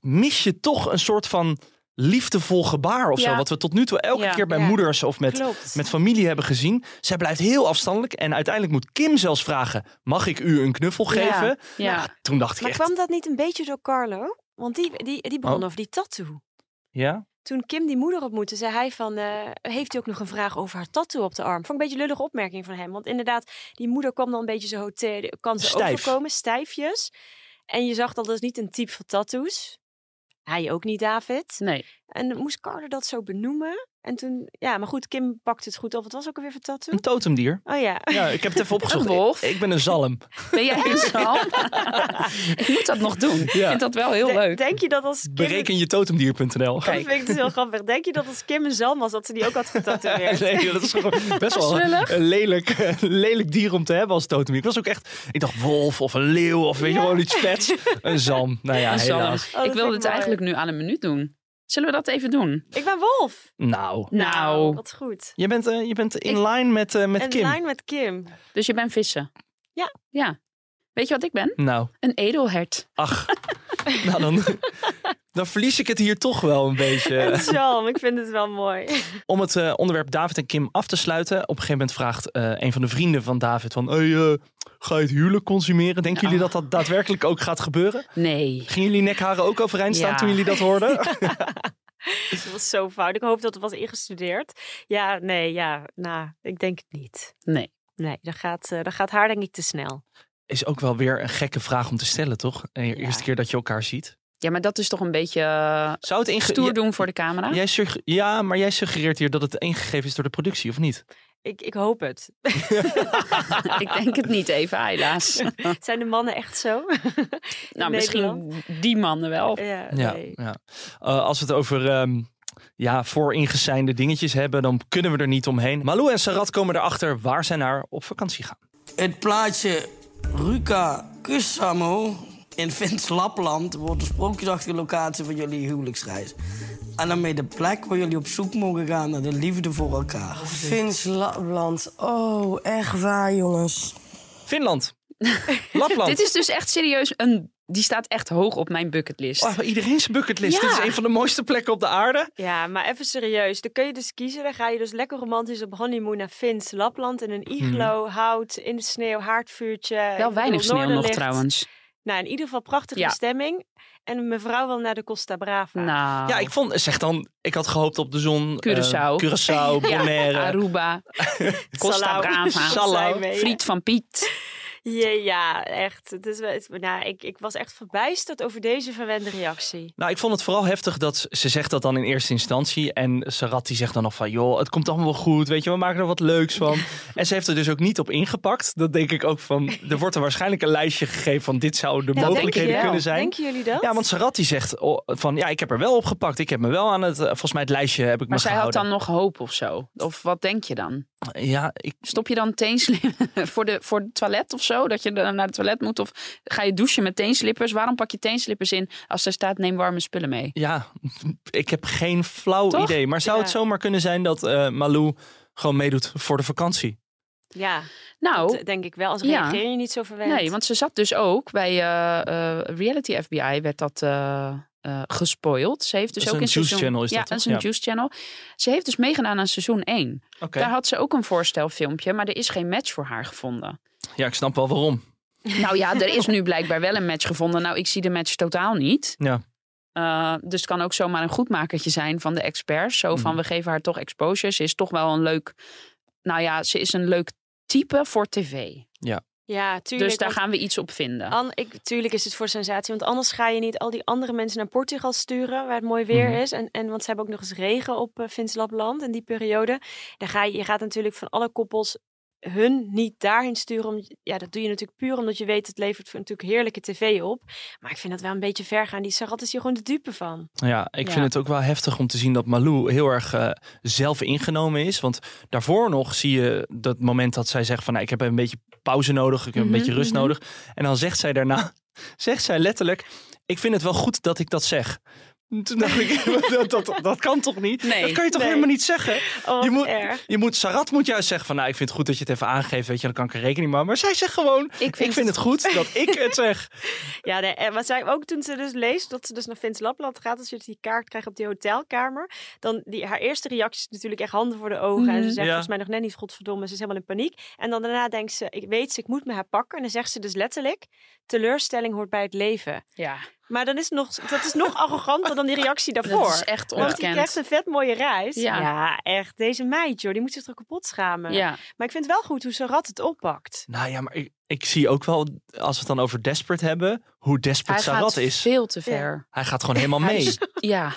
[SPEAKER 3] mis je toch een soort van liefdevol gebaar of zo.
[SPEAKER 4] Ja.
[SPEAKER 3] Wat we tot nu toe elke
[SPEAKER 4] Ja.
[SPEAKER 3] keer bij
[SPEAKER 5] Ja.
[SPEAKER 3] moeders of met,
[SPEAKER 5] Klopt.
[SPEAKER 3] met familie hebben gezien. Zij blijft heel afstandelijk. En uiteindelijk moet Kim zelfs vragen: mag ik u een knuffel geven?
[SPEAKER 4] Ja, ja.
[SPEAKER 3] Nou, toen dacht ik
[SPEAKER 5] Maar
[SPEAKER 3] echt.
[SPEAKER 5] kwam dat niet een beetje door Carlo? Want die, die, die begon
[SPEAKER 3] Oh.
[SPEAKER 5] over die tattoo.
[SPEAKER 3] Ja?
[SPEAKER 5] Toen Kim die moeder ontmoette, zei hij van... eh, heeft hij ook nog een vraag over haar tattoo op de arm? Vond ik een beetje een lullige opmerking van hem. Want inderdaad, die moeder kwam dan een beetje zo hotel... Kan ze
[SPEAKER 3] Stijf.
[SPEAKER 5] overkomen, stijfjes. En je zag dat dat is niet een type van tattoos. Hij ook niet, David.
[SPEAKER 4] Nee.
[SPEAKER 5] En dan moest Carlo dat zo benoemen? En toen... Ja, maar goed, Kim pakte het goed op. Wat was ook alweer voor tattoo?
[SPEAKER 3] Een totemdier.
[SPEAKER 5] Oh ja.
[SPEAKER 3] Ja, ik heb het even opgezocht.
[SPEAKER 4] wolf.
[SPEAKER 3] Ik, ik ben een zalm. [laughs]
[SPEAKER 4] Ben jij een zalm? [laughs] ik moet dat nog doen. Ik vind dat wel heel
[SPEAKER 5] De-
[SPEAKER 4] leuk.
[SPEAKER 5] Denk je dat als Kim...
[SPEAKER 3] Bereken je totemdier.nl. [laughs]
[SPEAKER 5] Dat vind ik dus heel grappig. Denk je dat als Kim een zalm was, dat ze die ook had
[SPEAKER 4] [laughs]
[SPEAKER 5] getatoeëerd?
[SPEAKER 3] Nee, dat is gewoon best wel
[SPEAKER 4] Zwillig.
[SPEAKER 3] een lelijk, [laughs] lelijk dier om te hebben als totemdier. Ik was ook echt, ik dacht wolf of een leeuw of weet je
[SPEAKER 5] Ja.
[SPEAKER 3] gewoon iets vets. Een zalm. Nou ja,
[SPEAKER 4] Een zalm.
[SPEAKER 3] helaas.
[SPEAKER 5] Oh, dat
[SPEAKER 4] ik
[SPEAKER 5] vind
[SPEAKER 4] wil
[SPEAKER 5] ik
[SPEAKER 4] dit
[SPEAKER 5] mooi.
[SPEAKER 4] eigenlijk nu aan een minuut doen. Zullen we dat even doen?
[SPEAKER 5] Ik ben Wolf.
[SPEAKER 3] Nou,
[SPEAKER 4] Nou,
[SPEAKER 5] Wat goed.
[SPEAKER 3] je bent, eh, je bent in
[SPEAKER 5] Ik-
[SPEAKER 3] line met, eh, met
[SPEAKER 5] en
[SPEAKER 3] Kim.
[SPEAKER 5] lijn met Kim.
[SPEAKER 4] dus je bent vissen?
[SPEAKER 5] Ja.
[SPEAKER 4] Ja. Weet je wat ik ben?
[SPEAKER 3] Nou,
[SPEAKER 4] Een edelhert.
[SPEAKER 3] ach. [laughs] nou, dan, dan verlies ik het hier toch wel een beetje.
[SPEAKER 5] Een zalm, ik vind het wel mooi. [laughs]
[SPEAKER 3] Om het eh, onderwerp David en Kim af te sluiten. Op een gegeven moment vraagt eh, een van de vrienden van David van... Hey, eh, ga je het huwelijk consumeren? Denken jullie dat dat daadwerkelijk ook gaat gebeuren?
[SPEAKER 4] Nee.
[SPEAKER 3] Gingen jullie nekharen ook overeind staan
[SPEAKER 4] Ja.
[SPEAKER 3] toen jullie dat hoorden?
[SPEAKER 5] Het was zo fout. Ik hoop dat het was ingestudeerd. Ja, nee, ja, nou, ik denk het niet.
[SPEAKER 4] Nee.
[SPEAKER 5] Nee, dat gaat, eh, dat gaat haar denk ik te snel.
[SPEAKER 3] Is ook wel weer een gekke vraag om te stellen, toch? Eh, Eerste keer dat je elkaar ziet.
[SPEAKER 4] Ja, maar dat is toch een beetje eh,
[SPEAKER 3] Zou het inge-
[SPEAKER 4] stoer
[SPEAKER 3] Ja,
[SPEAKER 4] doen voor de camera?
[SPEAKER 3] Jij sugge- ja, maar jij suggereert hier dat het ingegeven is door de productie, of niet?
[SPEAKER 5] Ik, ik hoop het.
[SPEAKER 4] [laughs] ik denk het niet
[SPEAKER 3] [laughs]
[SPEAKER 4] even, helaas.
[SPEAKER 5] Zijn de mannen echt zo? [laughs]
[SPEAKER 4] nou, misschien die mannen wel.
[SPEAKER 5] Ja,
[SPEAKER 3] Ja.
[SPEAKER 5] nee.
[SPEAKER 3] ja. Eh, als we het over ehm ja, vooringezijnde dingetjes hebben, dan kunnen we er niet omheen. Malou en Sarat komen erachter waar zij naar op vakantie gaan.
[SPEAKER 10] Het plaatje Ruka Kussamo in Vins Lapland wordt de sprookjesachtige locatie van jullie huwelijksreis. En daarmee de plek waar jullie op zoek mogen gaan naar de liefde voor elkaar.
[SPEAKER 6] Vins Lapland. Oh, echt waar, jongens.
[SPEAKER 4] [laughs]
[SPEAKER 3] Finland. Lapland.
[SPEAKER 4] Dit is dus echt serieus een... Die staat echt hoog op mijn bucketlist.
[SPEAKER 3] Oh, iedereen zijn bucketlist.
[SPEAKER 4] Ja.
[SPEAKER 3] Dit is een van de mooiste plekken op de aarde.
[SPEAKER 5] Ja, maar even serieus. Dan kun je dus kiezen. Dan ga je dus lekker romantisch op honeymoon naar Fins, Lapland. In een iglo, hout, in de sneeuw, haardvuurtje. Ik
[SPEAKER 4] Mhm. wel
[SPEAKER 5] bedoel,
[SPEAKER 4] weinig sneeuw nog
[SPEAKER 5] noorderlicht.
[SPEAKER 4] trouwens.
[SPEAKER 5] Nou, in ieder geval prachtige
[SPEAKER 4] Ja.
[SPEAKER 5] bestemming. En mevrouw wil naar de Costa Brava.
[SPEAKER 4] Nou,
[SPEAKER 3] Ja, ik vond, zeg dan, ik had gehoopt op de zon. eh,
[SPEAKER 4] Curaçao.
[SPEAKER 3] Curaçao,
[SPEAKER 4] [laughs] Ja,
[SPEAKER 3] Bonaire. [laughs]
[SPEAKER 4] Aruba, Costa
[SPEAKER 5] Salau. [laughs]
[SPEAKER 4] Brava,
[SPEAKER 3] Salau.
[SPEAKER 5] Zijn we, ja.
[SPEAKER 4] Friet van Piet.
[SPEAKER 5] Ja, ja, echt. Het is, wel- het, nou, ik, ik was echt verbijsterd over deze verwende reactie.
[SPEAKER 3] Nou, ik vond het vooral heftig dat ze- ze zegt dat dan in eerste instantie. En Sarat die zegt dan nog van, joh, het komt allemaal wel goed. Weet je, we maken er wat leuks
[SPEAKER 5] [laughs]
[SPEAKER 3] van. En ze heeft er dus ook niet op ingepakt. Dat denk ik ook van, er wordt er waarschijnlijk een lijstje gegeven van dit zou de
[SPEAKER 5] Ja,
[SPEAKER 3] mogelijkheden
[SPEAKER 5] denk je wel.
[SPEAKER 3] kunnen zijn.
[SPEAKER 5] Denken jullie dat?
[SPEAKER 3] Ja, want Sarat die zegt oh, van, ja, ik heb er wel op gepakt. Ik heb me wel aan het, eh, volgens mij het lijstje heb ik
[SPEAKER 4] Maar
[SPEAKER 3] me
[SPEAKER 4] zij had
[SPEAKER 3] gehouden.
[SPEAKER 4] dan nog hoop of zo. Of wat denk je dan?
[SPEAKER 3] Ja, ik,
[SPEAKER 4] Stop je dan teenslippers [laughs] voor, de, voor het toilet of zo? Dat je dan naar het toilet moet? Of ga je douchen met teenslippers? Waarom pak je teenslippers in als er staat neem warme spullen mee?
[SPEAKER 3] ja, ik heb geen flauw
[SPEAKER 4] Toch?
[SPEAKER 3] idee. Maar zou het
[SPEAKER 5] Ja.
[SPEAKER 3] zomaar kunnen zijn dat eh, Malou gewoon meedoet voor de vakantie?
[SPEAKER 5] Ja,
[SPEAKER 4] Nou,
[SPEAKER 5] dat eh, denk ik wel. Als
[SPEAKER 4] Ja.
[SPEAKER 5] reageer je niet zo verwend.
[SPEAKER 4] Nee, want ze zat dus ook bij eh, eh, Reality FBI werd dat eh eh, gespoild. Ze heeft dus
[SPEAKER 3] Dat is
[SPEAKER 4] ook
[SPEAKER 3] een
[SPEAKER 4] in
[SPEAKER 3] juice
[SPEAKER 4] seizoen...
[SPEAKER 3] channel is
[SPEAKER 4] ja,
[SPEAKER 3] dat, toch?
[SPEAKER 4] is een
[SPEAKER 3] Ja.
[SPEAKER 4] juice channel. Ze heeft dus meegedaan aan seizoen 1.
[SPEAKER 3] Oké.
[SPEAKER 4] Daar had ze ook een voorstelfilmpje, maar er is geen match voor haar gevonden.
[SPEAKER 3] Ja, ik snap wel waarom.
[SPEAKER 4] nou ja, er is nu blijkbaar wel een match gevonden. Nou, ik zie de match totaal niet.
[SPEAKER 3] Ja.
[SPEAKER 4] Eh, dus het kan ook zomaar een goedmakertje zijn van de experts. Zo van,
[SPEAKER 3] Mhm.
[SPEAKER 4] we geven haar toch exposure. Ze is toch wel een leuk... Nou ja, ze is een leuk type voor tv.
[SPEAKER 5] Ja, tuurlijk.
[SPEAKER 4] dus daar
[SPEAKER 5] want
[SPEAKER 4] gaan we iets op vinden.
[SPEAKER 5] an- ik, tuurlijk is het voor sensatie, want anders ga je niet al die andere mensen naar Portugal sturen, waar het mooi weer
[SPEAKER 3] Mhm.
[SPEAKER 5] is. En, en want ze hebben ook nog eens regen op eh, Vins Lapland in die periode. Dan ga je, je gaat natuurlijk van alle koppels hun niet daarheen sturen. Om, ja, dat doe je natuurlijk puur omdat je weet, het levert voor natuurlijk heerlijke tv op. Maar ik vind dat wel een beetje ver gaan. Die Sarat is hier gewoon de dupe van.
[SPEAKER 3] Ja, ik
[SPEAKER 4] Ja.
[SPEAKER 3] vind het ook wel heftig om te zien dat Malou heel erg eh, zelf ingenomen is. Want daarvoor nog zie je dat moment dat zij zegt van... Nou, ik heb een beetje pauze nodig, ik heb
[SPEAKER 4] Mhm,
[SPEAKER 3] een beetje rust [laughs]
[SPEAKER 4] mhm.
[SPEAKER 3] nodig. En dan zegt zij daarna, zegt zij letterlijk... Ik vind het wel goed dat ik dat zeg. Toen dacht ik, [laughs] dat, dat, dat kan toch niet?
[SPEAKER 4] Nee.
[SPEAKER 3] Dat kan je toch
[SPEAKER 5] Nee.
[SPEAKER 3] helemaal niet zeggen?
[SPEAKER 5] Oh, wat
[SPEAKER 3] je moet,
[SPEAKER 5] erg.
[SPEAKER 3] Je moet, Sarat moet juist zeggen van, nou, ik vind het goed dat je het even aangeeft, weet je, dan kan ik er rekening mee. houden. Maar zij zegt gewoon, ik vind, het, goed dat ik het zeg.
[SPEAKER 5] Ja, nee, en wat zij ook toen ze dus leest dat ze dus naar Vince Lapland gaat, als je die kaart krijgt op die hotelkamer, dan die, haar eerste reactie is natuurlijk echt handen voor de ogen. En
[SPEAKER 4] Mhm.
[SPEAKER 5] ze zegt
[SPEAKER 3] Ja.
[SPEAKER 5] volgens mij nog net niet, godverdomme, ze is helemaal in paniek. En dan daarna denkt ze, ik weet ze, ik moet me haar pakken. En dan zegt ze dus letterlijk, teleurstelling hoort bij het leven.
[SPEAKER 4] Ja,
[SPEAKER 5] Maar dan is het nog, dat is nog arroganter dan die reactie daarvoor.
[SPEAKER 4] [laughs] dat is echt
[SPEAKER 5] Want die krijgt
[SPEAKER 4] ontkend.
[SPEAKER 5] een vet mooie reis.
[SPEAKER 4] Ja.
[SPEAKER 5] echt. Deze meid, joh, die moet zich toch kapot schamen.
[SPEAKER 4] Ja,
[SPEAKER 5] Maar ik vind wel goed hoe ze rat het oppakt.
[SPEAKER 3] Nou ja, maar ik, ik zie ook wel, als we het dan over desperate hebben, hoe
[SPEAKER 4] hij
[SPEAKER 3] desperate
[SPEAKER 4] gaat
[SPEAKER 3] Sarat is.
[SPEAKER 4] veel te ver.
[SPEAKER 3] Hij gaat gewoon helemaal
[SPEAKER 4] Hij
[SPEAKER 3] mee.
[SPEAKER 4] is- [laughs] ja.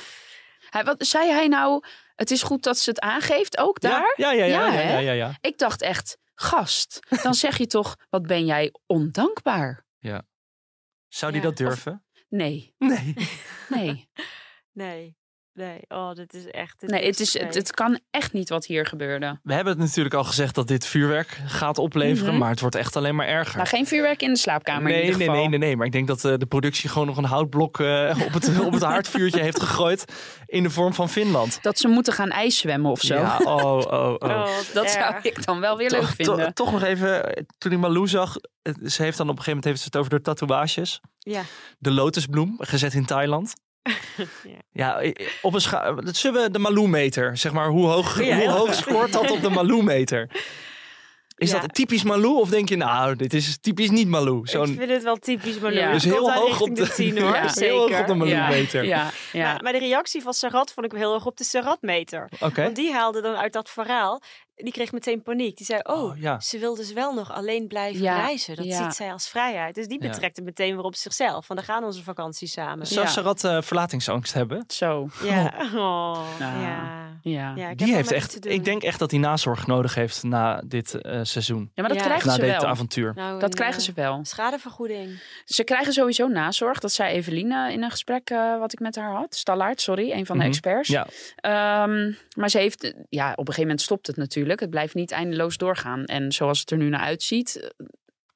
[SPEAKER 4] Hij, wat zei hij nou? Het is goed dat ze het aangeeft, ook daar?
[SPEAKER 3] Ja, ja, ja.
[SPEAKER 4] Ja,
[SPEAKER 3] ja, ja,
[SPEAKER 4] hè?
[SPEAKER 3] ja, ja, ja.
[SPEAKER 4] Ik dacht echt, gast, dan zeg je toch, wat ben jij ondankbaar?
[SPEAKER 3] Zou die
[SPEAKER 5] Ja.
[SPEAKER 3] dat durven?
[SPEAKER 4] Nee,
[SPEAKER 3] Nee.
[SPEAKER 4] nee.
[SPEAKER 5] Nee, nee. Oh, dit is echt... dit
[SPEAKER 4] nee het, is,
[SPEAKER 5] nee.
[SPEAKER 4] het, het kan echt niet wat hier gebeurde.
[SPEAKER 3] We hebben het natuurlijk al gezegd dat dit vuurwerk gaat opleveren,
[SPEAKER 4] Mhm.
[SPEAKER 3] maar het wordt echt alleen maar erger.
[SPEAKER 4] Maar geen vuurwerk in de slaapkamer in
[SPEAKER 3] nee,
[SPEAKER 4] ieder
[SPEAKER 3] nee,
[SPEAKER 4] geval.
[SPEAKER 3] nee, nee, nee. Maar ik denk dat eh, de productie gewoon nog een houtblok eh, op, het, op het haardvuurtje heeft gegooid in de vorm van Finland.
[SPEAKER 4] Dat ze moeten gaan ijszwemmen of zo.
[SPEAKER 3] Ja, oh,
[SPEAKER 4] [laughs]
[SPEAKER 3] oh, oh.
[SPEAKER 5] Oh, wat
[SPEAKER 4] Dat zou
[SPEAKER 5] erg.
[SPEAKER 4] ik dan wel weer leuk
[SPEAKER 3] Toch,
[SPEAKER 4] vinden.
[SPEAKER 3] to- toch nog even, eh, toen ik Malou zag, eh, ze heeft dan op een gegeven moment heeft ze het over de tatoeages.
[SPEAKER 5] Ja.
[SPEAKER 3] De lotusbloem, gezet in Thailand.
[SPEAKER 5] [laughs] Ja.
[SPEAKER 3] Ja, eh, op een scha- Zullen we de Malou-meter, zeg maar, hoe hoog,
[SPEAKER 5] Ja,
[SPEAKER 3] hoe
[SPEAKER 5] heel
[SPEAKER 3] hoog
[SPEAKER 5] goed.
[SPEAKER 3] scoort dat op de Malou-meter? Is
[SPEAKER 5] Ja.
[SPEAKER 3] dat typisch Malou of denk je, nou, dit is typisch niet Malou?
[SPEAKER 5] Ik
[SPEAKER 3] Zo'n,
[SPEAKER 5] vind het wel typisch Malou.
[SPEAKER 4] Ja.
[SPEAKER 5] Ja.
[SPEAKER 4] Dus
[SPEAKER 3] heel hoog op
[SPEAKER 5] de
[SPEAKER 3] de- [laughs]
[SPEAKER 5] 10 hoor,
[SPEAKER 4] Ja. Heel
[SPEAKER 5] zeker.
[SPEAKER 3] hoog op de Malou.
[SPEAKER 4] ja,
[SPEAKER 3] millimeter.
[SPEAKER 4] ja, ja.
[SPEAKER 5] Maar, maar de reactie van Sarat vond ik wel heel erg op de Sarat-meter.
[SPEAKER 3] oké.
[SPEAKER 5] Want die haalde dan uit dat verhaal, die kreeg meteen paniek. Die zei, oh,
[SPEAKER 3] Oh, ja.
[SPEAKER 5] ze wil dus wel nog alleen blijven
[SPEAKER 4] Ja,
[SPEAKER 5] reizen. Dat
[SPEAKER 4] ja.
[SPEAKER 5] ziet zij als vrijheid. Dus die
[SPEAKER 3] Ja.
[SPEAKER 5] betrekt het meteen weer op zichzelf. Van, dan gaan onze vakanties samen.
[SPEAKER 3] Zou
[SPEAKER 4] Ja.
[SPEAKER 3] Sarat eh, verlatingsangst hebben?
[SPEAKER 4] Zo,
[SPEAKER 5] Ja. Oh,
[SPEAKER 4] Nou.
[SPEAKER 5] ja.
[SPEAKER 4] ja.
[SPEAKER 5] Ja,
[SPEAKER 4] Ja,
[SPEAKER 5] ik heb
[SPEAKER 3] Die
[SPEAKER 5] wel
[SPEAKER 3] heeft
[SPEAKER 5] met
[SPEAKER 3] echt,
[SPEAKER 5] iets te doen.
[SPEAKER 3] ik denk echt dat hij nazorg nodig heeft na dit eh, seizoen.
[SPEAKER 4] maar dat
[SPEAKER 5] Ja.
[SPEAKER 4] krijgen
[SPEAKER 3] Na
[SPEAKER 4] ze
[SPEAKER 3] dit
[SPEAKER 4] wel.
[SPEAKER 3] avontuur.
[SPEAKER 5] Nou,
[SPEAKER 4] Dat
[SPEAKER 5] een,
[SPEAKER 4] krijgen
[SPEAKER 5] eh,
[SPEAKER 4] ze wel.
[SPEAKER 5] Schadevergoeding.
[SPEAKER 4] Ze krijgen sowieso nazorg. Dat zei Eveline in een gesprek eh, wat ik met haar had. Stallaert, sorry, een van
[SPEAKER 3] Mhm.
[SPEAKER 4] de experts.
[SPEAKER 3] Ja.
[SPEAKER 4] Ehm, maar ze heeft, eh, ja, op een gegeven moment stopt het natuurlijk. Het blijft niet eindeloos doorgaan. En zoals het er nu naar uitziet, eh,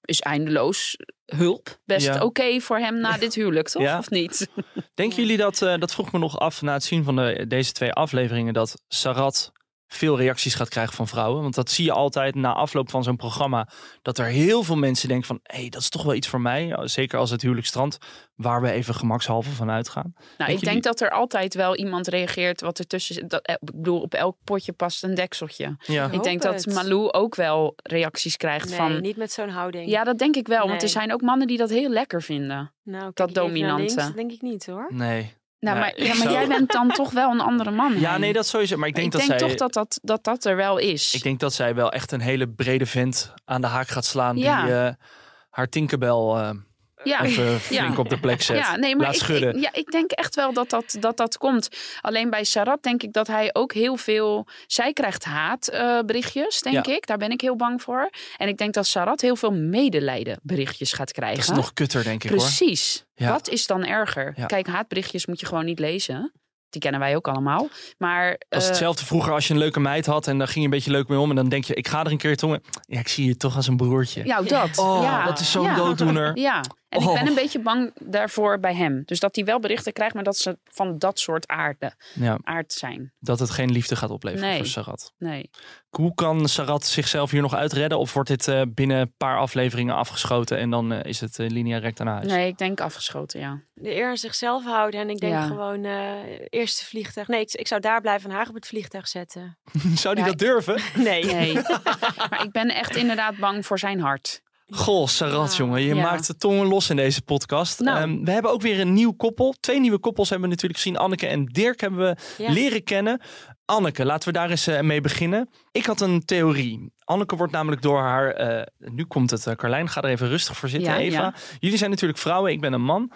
[SPEAKER 4] is eindeloos hulp best
[SPEAKER 3] Ja.
[SPEAKER 4] oké voor hem
[SPEAKER 3] [laughs]
[SPEAKER 4] na dit huwelijk, toch?
[SPEAKER 3] Ja.
[SPEAKER 4] Of niet?
[SPEAKER 3] Denken jullie dat, eh, dat vroeg me nog af na het zien van de, deze twee afleveringen, dat Sarat veel reacties gaat krijgen van vrouwen? Want dat zie je altijd na afloop van zo'n programma, dat er heel veel mensen denken van, hé, hey, dat is toch wel iets voor mij. Ja, Zeker als het huwelijk strandt, waar we even gemakshalve van uitgaan.
[SPEAKER 4] Nou, ik
[SPEAKER 3] je
[SPEAKER 4] denk
[SPEAKER 3] die-
[SPEAKER 4] dat er altijd wel iemand reageert wat ertussen zit. Dat, eh, ik bedoel, op elk potje past een dekseltje.
[SPEAKER 3] Ja.
[SPEAKER 4] ik denk
[SPEAKER 5] hoop
[SPEAKER 4] dat
[SPEAKER 5] het.
[SPEAKER 4] Malou ook wel reacties krijgt
[SPEAKER 5] Nee,
[SPEAKER 4] van...
[SPEAKER 5] niet met zo'n houding.
[SPEAKER 4] Ja, dat denk ik wel. Want er
[SPEAKER 5] Nee.
[SPEAKER 4] zijn ook mannen die dat heel lekker vinden.
[SPEAKER 5] nou, kijk
[SPEAKER 4] dat
[SPEAKER 5] ik even naar
[SPEAKER 4] dominante.
[SPEAKER 5] links, dat denk ik niet hoor.
[SPEAKER 3] Nee.
[SPEAKER 4] Nou,
[SPEAKER 3] Ja,
[SPEAKER 4] maar,
[SPEAKER 3] ik
[SPEAKER 4] ja, maar
[SPEAKER 3] zou-
[SPEAKER 4] jij bent dan toch wel een andere man.
[SPEAKER 3] Ja,
[SPEAKER 4] Hein?
[SPEAKER 3] nee, dat sowieso. Maar ik denk,
[SPEAKER 4] ik
[SPEAKER 3] dat,
[SPEAKER 4] denk
[SPEAKER 3] zij,
[SPEAKER 4] toch dat dat, dat dat er wel is.
[SPEAKER 3] ik denk dat zij wel echt een hele brede vent aan de haak gaat slaan
[SPEAKER 4] Ja.
[SPEAKER 3] die eh, haar tinkerbel eh,
[SPEAKER 4] ja.
[SPEAKER 3] even flink op de plek zet.
[SPEAKER 4] Ja, nee, maar
[SPEAKER 3] Laat
[SPEAKER 4] ik,
[SPEAKER 3] schudden.
[SPEAKER 4] ik- ja, ik denk echt wel dat dat, dat dat komt. Alleen bij Sarat denk ik dat hij ook heel veel... Zij krijgt haatberichtjes, denk ik. Daar ben ik heel bang voor. En ik denk dat Sarat heel veel medelijden berichtjes gaat krijgen.
[SPEAKER 3] Dat is nog kutter, denk ik hoor.
[SPEAKER 4] Precies.
[SPEAKER 3] Ja.
[SPEAKER 4] Wat is dan erger?
[SPEAKER 3] Ja.
[SPEAKER 4] Kijk, haatberichtjes moet je gewoon niet lezen. Die kennen wij ook allemaal. Maar
[SPEAKER 3] Dat is
[SPEAKER 4] eh,
[SPEAKER 3] hetzelfde vroeger als je een leuke meid had en daar ging je een beetje leuk mee om. En dan denk je, ik ga er een keer tongen. Ja, ik zie je toch als een broertje.
[SPEAKER 4] ja, dat.
[SPEAKER 3] Oh,
[SPEAKER 4] ja.
[SPEAKER 3] dat is zo'n
[SPEAKER 4] Ja.
[SPEAKER 3] dooddoener.
[SPEAKER 4] Ja, en
[SPEAKER 3] Oh.
[SPEAKER 4] ik ben een beetje bang daarvoor bij hem. Dus dat hij wel berichten krijgt, maar dat ze van dat soort aarde,
[SPEAKER 3] Ja,
[SPEAKER 4] aard zijn.
[SPEAKER 3] dat het geen liefde gaat opleveren
[SPEAKER 4] Nee.
[SPEAKER 3] voor Sarat.
[SPEAKER 4] Nee.
[SPEAKER 3] Hoe kan Sarat zichzelf hier nog uitredden? Of wordt dit eh, binnen een paar afleveringen afgeschoten en dan eh, is het eh, linea recta naar huis?
[SPEAKER 4] nee, ik denk afgeschoten, ja.
[SPEAKER 5] de eer aan zichzelf houden. En ik denk
[SPEAKER 4] Ja.
[SPEAKER 5] gewoon eh eerste vliegtuig. Nee, ik, ik zou daar blijven en haar op het vliegtuig zetten.
[SPEAKER 3] [laughs]
[SPEAKER 5] [laughs]
[SPEAKER 3] Zou die
[SPEAKER 4] Ja,
[SPEAKER 3] dat durven?
[SPEAKER 5] Nee.
[SPEAKER 4] Nee. maar ik ben echt inderdaad bang voor zijn hart.
[SPEAKER 3] Goh, Sarat,
[SPEAKER 5] Ja.
[SPEAKER 3] jongen. Je
[SPEAKER 4] Ja.
[SPEAKER 3] maakt de tongen los in deze podcast.
[SPEAKER 4] Nou.
[SPEAKER 3] Ehm, we hebben ook weer een nieuw koppel. Twee nieuwe koppels hebben we natuurlijk gezien. Anneke en Dirk hebben we
[SPEAKER 5] Ja.
[SPEAKER 3] leren kennen. Anneke, laten we daar eens eh, mee beginnen. Ik had een theorie. Anneke wordt namelijk door haar... eh, nu komt het, eh, Carlijn, ga er even rustig voor zitten,
[SPEAKER 4] Ja,
[SPEAKER 3] Eva.
[SPEAKER 4] ja.
[SPEAKER 3] Jullie zijn natuurlijk vrouwen, ik ben een man.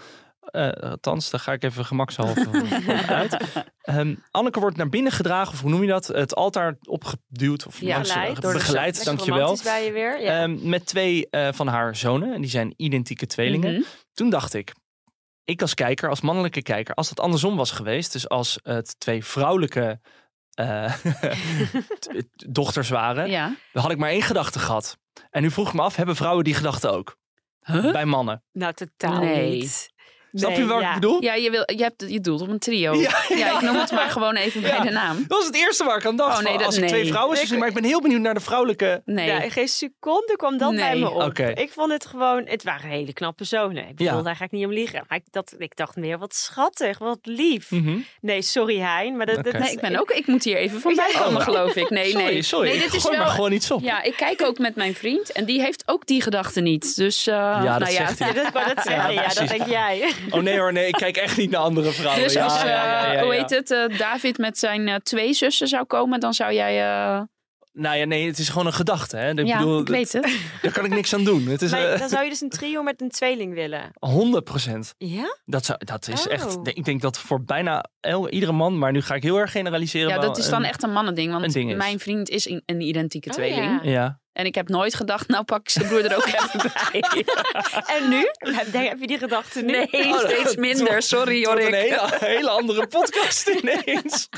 [SPEAKER 3] Eh, althans, daar ga ik even gemakshalve
[SPEAKER 4] [laughs]
[SPEAKER 3] van uit. Ehm, Anneke wordt naar binnen gedragen, of hoe noem je dat? Het altaar opgeduwd of
[SPEAKER 4] Ja,
[SPEAKER 3] langs-
[SPEAKER 5] Begeleid.
[SPEAKER 4] door de-
[SPEAKER 3] begeleid,
[SPEAKER 5] Lekker
[SPEAKER 3] dankjewel.
[SPEAKER 5] romantisch bij je weer. Ja.
[SPEAKER 3] Ehm, met twee eh, van haar zonen. En die zijn identieke tweelingen.
[SPEAKER 4] Mhm.
[SPEAKER 3] Toen dacht ik, ik als kijker, als mannelijke kijker, als dat andersom was geweest. Dus als het twee vrouwelijke eh, [laughs] t- dochters waren.
[SPEAKER 4] Ja.
[SPEAKER 3] Dan had ik maar één gedachte gehad. En nu vroeg ik me af, hebben vrouwen die gedachten ook? Bij mannen.
[SPEAKER 5] nou, totaal
[SPEAKER 4] Nee.
[SPEAKER 5] niet.
[SPEAKER 3] Snap je wat
[SPEAKER 5] ja.
[SPEAKER 3] ik bedoel?
[SPEAKER 4] Ja, je, wil, je, hebt, je doelt op een trio. Ja, ik noem het maar gewoon even
[SPEAKER 3] Ja.
[SPEAKER 4] bij de naam.
[SPEAKER 3] Dat was het eerste waar ik aan dacht.
[SPEAKER 4] Oh, nee,
[SPEAKER 3] van,
[SPEAKER 4] dat-
[SPEAKER 3] als ik
[SPEAKER 4] nee.
[SPEAKER 3] twee vrouwen zou zien, maar ik ben heel benieuwd naar de vrouwelijke.
[SPEAKER 4] Nee.
[SPEAKER 5] Ja, in geen seconde kwam dat bij
[SPEAKER 4] Nee.
[SPEAKER 5] me op.
[SPEAKER 3] Oké.
[SPEAKER 5] Ik vond het gewoon, het waren hele knappe personen. Ik
[SPEAKER 3] Ja.
[SPEAKER 5] bedoel, daar ga ik niet om liegen. Maar ik, dat, ik dacht meer, wat schattig, wat lief.
[SPEAKER 3] Mhm.
[SPEAKER 5] Nee, sorry Hein, maar dat, dat
[SPEAKER 3] Oké.
[SPEAKER 5] is-
[SPEAKER 4] Nee, ik ben ook. Ik moet hier even voorbij
[SPEAKER 5] Ja.
[SPEAKER 4] komen, geloof ik. Nee,
[SPEAKER 3] Sorry,
[SPEAKER 4] nee.
[SPEAKER 3] sorry.
[SPEAKER 4] Nee, dit
[SPEAKER 3] ik
[SPEAKER 4] is
[SPEAKER 3] gooi
[SPEAKER 4] wel.
[SPEAKER 3] maar gewoon iets op.
[SPEAKER 4] Ja, ik kijk ook met mijn vriend en die heeft ook die gedachten niet. Dus eh,
[SPEAKER 3] dat
[SPEAKER 4] nou ja.
[SPEAKER 3] zegt hij.
[SPEAKER 5] [laughs] Ja, dat, maar dat, zeggen, ja, dat
[SPEAKER 3] precies.
[SPEAKER 5] denk jij.
[SPEAKER 3] Oh nee hoor, nee, ik kijk echt niet naar andere vrouwen.
[SPEAKER 4] [laughs] [laughs] Dus
[SPEAKER 3] Oh, Ja,
[SPEAKER 4] als, eh,
[SPEAKER 3] ja, ja, ja,
[SPEAKER 4] hoe
[SPEAKER 3] ja.
[SPEAKER 4] heet het, eh, David met zijn eh, twee zussen zou komen, dan zou jij... eh,
[SPEAKER 3] Nou ja, nee, het is gewoon een gedachte. Hè? Ik
[SPEAKER 4] ja,
[SPEAKER 3] bedoel,
[SPEAKER 4] ik weet het.
[SPEAKER 3] daar kan ik niks aan doen. Het is
[SPEAKER 5] Maar
[SPEAKER 3] eh,
[SPEAKER 5] dan zou je dus een trio met een tweeling willen.
[SPEAKER 3] 100 procent.
[SPEAKER 5] Ja?
[SPEAKER 3] Dat, zou, dat is echt.
[SPEAKER 5] Oh.
[SPEAKER 3] Ik denk dat voor bijna el, iedere man, maar nu ga ik heel erg generaliseren.
[SPEAKER 4] Ja,
[SPEAKER 3] wel eh,
[SPEAKER 4] dat is dan
[SPEAKER 3] een-
[SPEAKER 4] echt een mannending, want
[SPEAKER 3] een ding is.
[SPEAKER 4] mijn vriend is een, een identieke
[SPEAKER 5] Oh,
[SPEAKER 4] tweeling.
[SPEAKER 5] ja.
[SPEAKER 3] Ja.
[SPEAKER 4] En ik heb nooit gedacht, nou pak ik zijn broer [laughs] er ook even bij.
[SPEAKER 5] [laughs] En nu? Heb, denk- heb je die gedachte nu?
[SPEAKER 4] Nee,
[SPEAKER 3] Oh,
[SPEAKER 4] steeds
[SPEAKER 3] dat
[SPEAKER 4] minder.
[SPEAKER 3] wordt-
[SPEAKER 4] Sorry,
[SPEAKER 3] Het [laughs] wordt een
[SPEAKER 4] Jorik.
[SPEAKER 3] hele, hele andere
[SPEAKER 4] [laughs]
[SPEAKER 3] podcast ineens.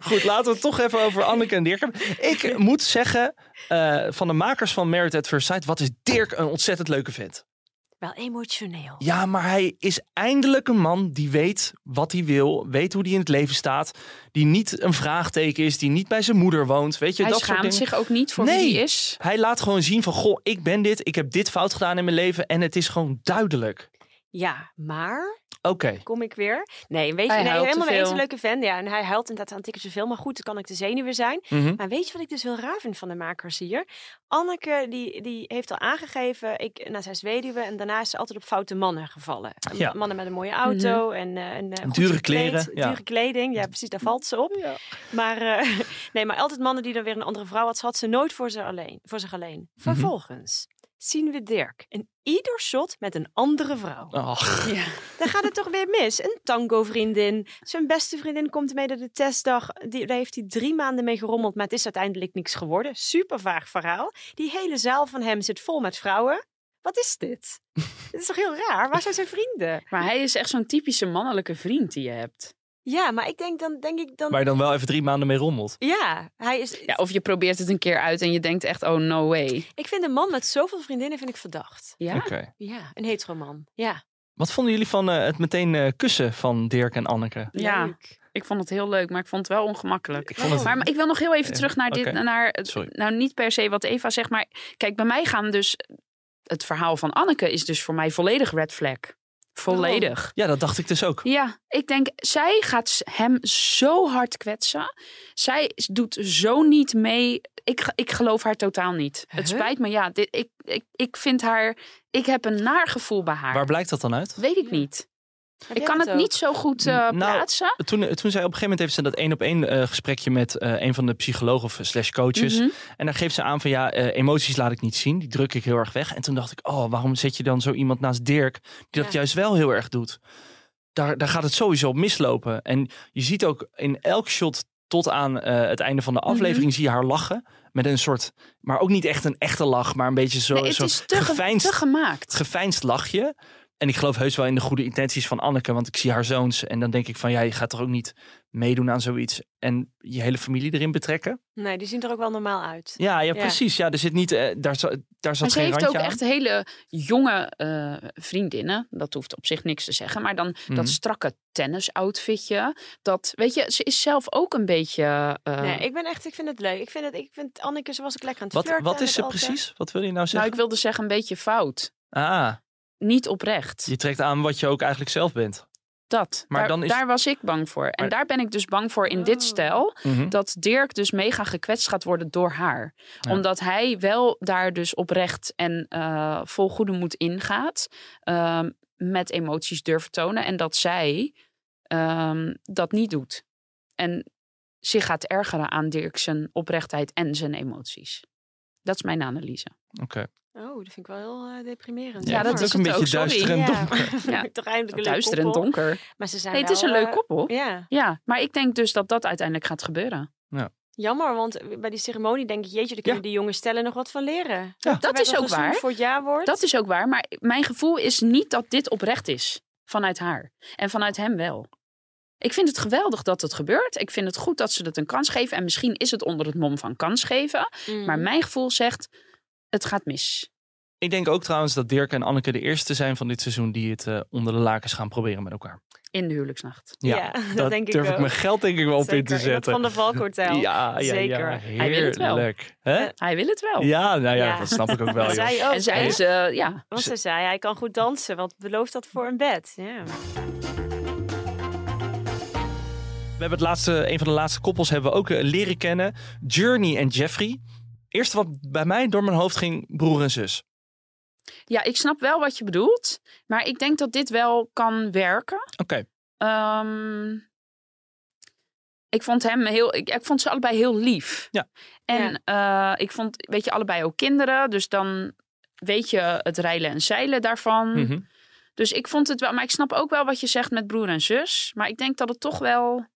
[SPEAKER 3] Goed, laten we het toch even over Anneke en Dirk hebben. Ik moet zeggen, eh, van de makers van Merit at First Sight, wat is Dirk een ontzettend leuke vent.
[SPEAKER 5] Wel emotioneel.
[SPEAKER 3] Ja, maar hij is eindelijk een man die weet wat hij wil, weet hoe hij in het leven staat, die niet een vraagteken is, die niet bij zijn moeder woont, weet je,
[SPEAKER 4] Hij
[SPEAKER 3] dat soort
[SPEAKER 4] schaamt
[SPEAKER 3] dingen.
[SPEAKER 4] zich ook niet voor
[SPEAKER 3] Nee.
[SPEAKER 4] wie hij is.
[SPEAKER 3] Hij laat gewoon zien van, goh, ik ben dit, ik heb dit fout gedaan in mijn leven en het is gewoon duidelijk.
[SPEAKER 5] Ja, maar
[SPEAKER 3] Oké.
[SPEAKER 5] kom ik weer? Nee, weet je,
[SPEAKER 4] Hij
[SPEAKER 5] nee,
[SPEAKER 4] huilt te
[SPEAKER 5] helemaal mee. Het is een
[SPEAKER 4] veel.
[SPEAKER 5] leuke fan. Ja, en hij huilt inderdaad aan tikken zoveel. Maar goed, dan kan ik de zenuwen zijn.
[SPEAKER 3] Mhm.
[SPEAKER 5] Maar weet je wat ik dus heel raar vind van de makers hier? Anneke, die, die heeft al aangegeven, ik, nou, zij is weduwe en daarna is ze altijd op foute mannen gevallen.
[SPEAKER 3] Ja.
[SPEAKER 5] Mannen met een mooie auto
[SPEAKER 4] Mhm.
[SPEAKER 5] en, eh, en eh, goed
[SPEAKER 3] Dure
[SPEAKER 5] gekleed,
[SPEAKER 3] kleren, ja.
[SPEAKER 5] Dure kleding, ja precies,
[SPEAKER 3] [laughs]
[SPEAKER 5] daar valt ze op. Maar, eh, [laughs] nee, maar altijd mannen die dan weer een andere vrouw had, ze had ze nooit voor, ze alleen, voor zich alleen.
[SPEAKER 3] Mhm.
[SPEAKER 5] Vervolgens zien we Dirk in ieder shot met een andere vrouw.
[SPEAKER 3] Ach,
[SPEAKER 4] Ja.
[SPEAKER 5] Dan gaat het toch weer mis. Een tango-vriendin. Zijn beste vriendin komt mee naar de testdag. Die, daar heeft hij drie maanden mee gerommeld, maar het is uiteindelijk niks geworden. Super vaag verhaal. Die hele zaal van hem zit vol met vrouwen. Wat is [laughs] dit? Het is toch heel raar? Waar zijn zijn vrienden?
[SPEAKER 4] Maar hij is echt zo'n typische mannelijke vriend die je hebt.
[SPEAKER 5] Ja, maar ik denk dan, denk ik dan...
[SPEAKER 3] waar je dan wel even drie maanden mee rommelt.
[SPEAKER 5] Ja, hij is...
[SPEAKER 4] Ja, of je probeert het een keer uit en je denkt echt, oh no way.
[SPEAKER 5] Ik vind een man met zoveel vriendinnen vind ik verdacht.
[SPEAKER 4] Ja?
[SPEAKER 3] Oké.
[SPEAKER 5] Ja, een hetero man. Ja,
[SPEAKER 3] Wat vonden jullie van eh, het meteen eh, kussen van Dirk en Anneke?
[SPEAKER 4] Ja.
[SPEAKER 5] leuk.
[SPEAKER 4] Ik vond het heel leuk, maar ik vond het wel ongemakkelijk.
[SPEAKER 3] vond het-
[SPEAKER 4] Maar, maar ik wil nog heel even terug naar dit.
[SPEAKER 3] oké.
[SPEAKER 4] Naar, het-
[SPEAKER 3] Sorry.
[SPEAKER 4] nou, niet per se wat Eva zegt, maar kijk, bij mij gaan dus. Het verhaal van Anneke is dus voor mij volledig red flag. Volledig.
[SPEAKER 3] Ja, dat dacht ik dus ook.
[SPEAKER 4] Ja, ik denk, zij gaat s- hem zo hard kwetsen. Zij s- doet zo niet mee. Ik, ge- ik geloof haar totaal niet. Het
[SPEAKER 5] Huh?
[SPEAKER 4] spijt me, ja. Dit, ik, ik, ik vind haar. Ik heb een naar gevoel bij haar.
[SPEAKER 3] Waar blijkt dat dan uit?
[SPEAKER 4] Weet ik niet.
[SPEAKER 5] Heb
[SPEAKER 4] Ik
[SPEAKER 5] jij
[SPEAKER 4] kan
[SPEAKER 5] dat
[SPEAKER 4] het
[SPEAKER 5] ook?
[SPEAKER 4] niet zo goed eh,
[SPEAKER 3] Nou,
[SPEAKER 4] plaatsen.
[SPEAKER 3] Toen, eh, toen zij op een gegeven moment heeft ze dat één op één eh, gesprekje met eh, een van de psychologen of slash coaches.
[SPEAKER 4] Mhm.
[SPEAKER 3] En dan geeft ze aan van ja, eh, emoties laat ik niet zien. Die druk ik heel erg weg. En toen dacht ik, oh, waarom zet je dan zo iemand naast Dirk die dat
[SPEAKER 5] Ja.
[SPEAKER 3] juist wel heel erg doet? Daar, daar gaat het sowieso op mislopen. En je ziet ook in elk shot tot aan eh, het einde van de
[SPEAKER 4] Mhm.
[SPEAKER 3] aflevering zie je haar lachen. Met een soort, maar ook niet echt een echte lach, maar een beetje zo,
[SPEAKER 4] Nee, het
[SPEAKER 3] zo
[SPEAKER 4] is te, ge-
[SPEAKER 3] geveinsd
[SPEAKER 4] te gemaakt.
[SPEAKER 3] geveinsd lachje. En ik geloof heus wel in de goede intenties van Anneke, want ik zie haar zoons. En dan denk ik van, ja, je gaat toch ook niet meedoen aan zoiets en je hele familie erin betrekken?
[SPEAKER 5] Nee, die zien er ook wel normaal uit.
[SPEAKER 3] Ja, ja,
[SPEAKER 5] Ja.
[SPEAKER 3] precies. Ja, er zit niet, eh, daar, za- daar
[SPEAKER 4] Maar
[SPEAKER 3] zat
[SPEAKER 4] ze
[SPEAKER 3] geen
[SPEAKER 4] heeft
[SPEAKER 3] randje
[SPEAKER 4] ook
[SPEAKER 3] aan.
[SPEAKER 4] echt hele jonge eh, vriendinnen. Dat hoeft op zich niks te zeggen. Maar dan
[SPEAKER 3] Mhm.
[SPEAKER 4] dat strakke tennisoutfitje. Dat, weet je, ze is zelf ook een beetje... eh,
[SPEAKER 5] Nee, ik ben echt, ik vind het leuk. Ik vind, het, ik vind Anneke, ze was ook lekker aan het
[SPEAKER 3] Wat,
[SPEAKER 5] flirten.
[SPEAKER 3] wat
[SPEAKER 5] aan
[SPEAKER 3] is
[SPEAKER 5] het
[SPEAKER 3] ze
[SPEAKER 5] altaar.
[SPEAKER 3] precies? Wat wil je nou
[SPEAKER 4] nou,
[SPEAKER 3] zeggen?
[SPEAKER 4] ik wilde zeggen een beetje fout.
[SPEAKER 3] Ah,
[SPEAKER 4] Niet oprecht.
[SPEAKER 3] je trekt aan wat je ook eigenlijk zelf bent.
[SPEAKER 4] Dat.
[SPEAKER 3] Maar
[SPEAKER 4] daar,
[SPEAKER 3] dan is-
[SPEAKER 4] daar was ik bang voor. En
[SPEAKER 3] Maar-
[SPEAKER 4] daar ben ik dus bang voor in
[SPEAKER 5] Oh.
[SPEAKER 4] dit stijl.
[SPEAKER 3] Mhm.
[SPEAKER 4] dat Dirk dus mega gekwetst gaat worden door haar. Omdat hij wel daar dus oprecht en eh, vol goede moed ingaat. ehm, met emoties durft tonen. En dat zij ehm, dat niet doet. En zich gaat ergeren aan Dirk zijn oprechtheid en zijn emoties. Dat is mijn analyse.
[SPEAKER 3] Oké.
[SPEAKER 5] Oh, dat vind ik wel heel eh, deprimerend.
[SPEAKER 4] Ja, dat
[SPEAKER 5] Jammer.
[SPEAKER 4] is
[SPEAKER 3] een
[SPEAKER 4] het
[SPEAKER 3] beetje
[SPEAKER 4] ook, sorry.
[SPEAKER 3] duister en
[SPEAKER 5] [laughs] Ja,
[SPEAKER 3] donker.
[SPEAKER 5] ja. toch eindelijk een leuk
[SPEAKER 4] Duister en
[SPEAKER 5] koppel.
[SPEAKER 4] donker.
[SPEAKER 5] Maar ze zijn
[SPEAKER 4] Nee, het is een
[SPEAKER 5] wel,
[SPEAKER 4] leuk
[SPEAKER 5] eh,
[SPEAKER 4] koppel.
[SPEAKER 5] Ja,
[SPEAKER 4] Ja, maar ik denk dus dat dat uiteindelijk gaat gebeuren.
[SPEAKER 5] jammer, want bij die ceremonie denk ik, jeetje, daar kunnen die jonge stellen nog wat van leren. Er
[SPEAKER 4] Dat
[SPEAKER 5] werd
[SPEAKER 4] is
[SPEAKER 5] al
[SPEAKER 4] ook
[SPEAKER 5] gezoend
[SPEAKER 4] waar.
[SPEAKER 5] Voor het jaarwoord.
[SPEAKER 4] Dat is ook waar, maar mijn gevoel is niet dat dit oprecht is vanuit haar en vanuit hem wel. Ik vind het geweldig dat het gebeurt. Ik vind het goed dat ze het een kans geven. En misschien is het onder het mom van kans geven.
[SPEAKER 5] Mm.
[SPEAKER 4] Maar mijn gevoel zegt, het gaat mis.
[SPEAKER 3] Ik denk ook trouwens dat Dirk en Anneke de eerste zijn van dit seizoen die het eh, onder de lakens gaan proberen met elkaar.
[SPEAKER 4] in de huwelijksnacht. [laughs]
[SPEAKER 5] Ja, dat
[SPEAKER 3] daar
[SPEAKER 5] denk ik
[SPEAKER 3] durf ik
[SPEAKER 5] ook.
[SPEAKER 3] mijn geld denk ik wel op in
[SPEAKER 5] Zeker,
[SPEAKER 3] te
[SPEAKER 5] in dat
[SPEAKER 3] zetten.
[SPEAKER 5] Van de Valk
[SPEAKER 3] ja,
[SPEAKER 4] [laughs]
[SPEAKER 5] Hotel.
[SPEAKER 3] ja, ja,
[SPEAKER 5] Zeker.
[SPEAKER 4] Hij wil het wel. Eh, oh.
[SPEAKER 3] heerlijk. Hè?
[SPEAKER 4] Hij wil het wel.
[SPEAKER 3] Ja, nou ja,
[SPEAKER 5] Ja.
[SPEAKER 3] dat snap ik ook
[SPEAKER 4] [laughs]
[SPEAKER 3] wel.
[SPEAKER 5] En
[SPEAKER 3] joh.
[SPEAKER 5] zij ook.
[SPEAKER 4] En zij
[SPEAKER 5] hè?
[SPEAKER 4] is, eh, ja.
[SPEAKER 5] Want ze zei, hij kan goed dansen, want belooft dat voor een bed. Ja.
[SPEAKER 3] We hebben het laatste, een van de laatste koppels hebben we ook eh, leren kennen. Journey en Jeffrey. Eerst wat bij mij door mijn hoofd ging, broer en zus.
[SPEAKER 4] ja, ik snap wel wat je bedoelt. Maar ik denk dat dit wel kan werken.
[SPEAKER 3] Oké,
[SPEAKER 4] Ehm, ik vond hem heel. Ik, ik vond ze allebei heel lief.
[SPEAKER 3] Ja.
[SPEAKER 4] En eh, ik vond, weet je, allebei ook kinderen. Dus dan weet je het reilen en zeilen daarvan.
[SPEAKER 3] mhm.
[SPEAKER 4] Dus ik vond het wel. Maar ik snap ook wel wat je zegt met broer en zus. Maar ik denk dat het toch wel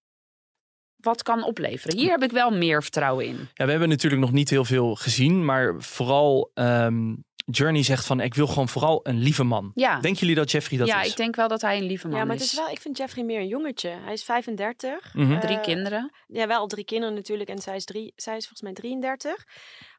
[SPEAKER 4] wat kan opleveren. Hier heb ik wel meer vertrouwen in.
[SPEAKER 3] Ja, we hebben natuurlijk nog niet heel veel gezien. Maar vooral ehm, Journey zegt van, ik wil gewoon vooral een lieve man.
[SPEAKER 4] Ja.
[SPEAKER 3] Denken jullie dat Jeffrey dat
[SPEAKER 4] ja,
[SPEAKER 3] is?
[SPEAKER 4] ik denk wel dat hij een lieve man
[SPEAKER 5] ja, maar het
[SPEAKER 4] is.
[SPEAKER 5] is wel, ik vind Jeffrey meer een jongetje. Hij is 35.
[SPEAKER 3] Mhm.
[SPEAKER 5] Eh,
[SPEAKER 4] Drie kinderen.
[SPEAKER 5] Ja, wel drie kinderen natuurlijk. En zij is, drie, zij is volgens mij 33.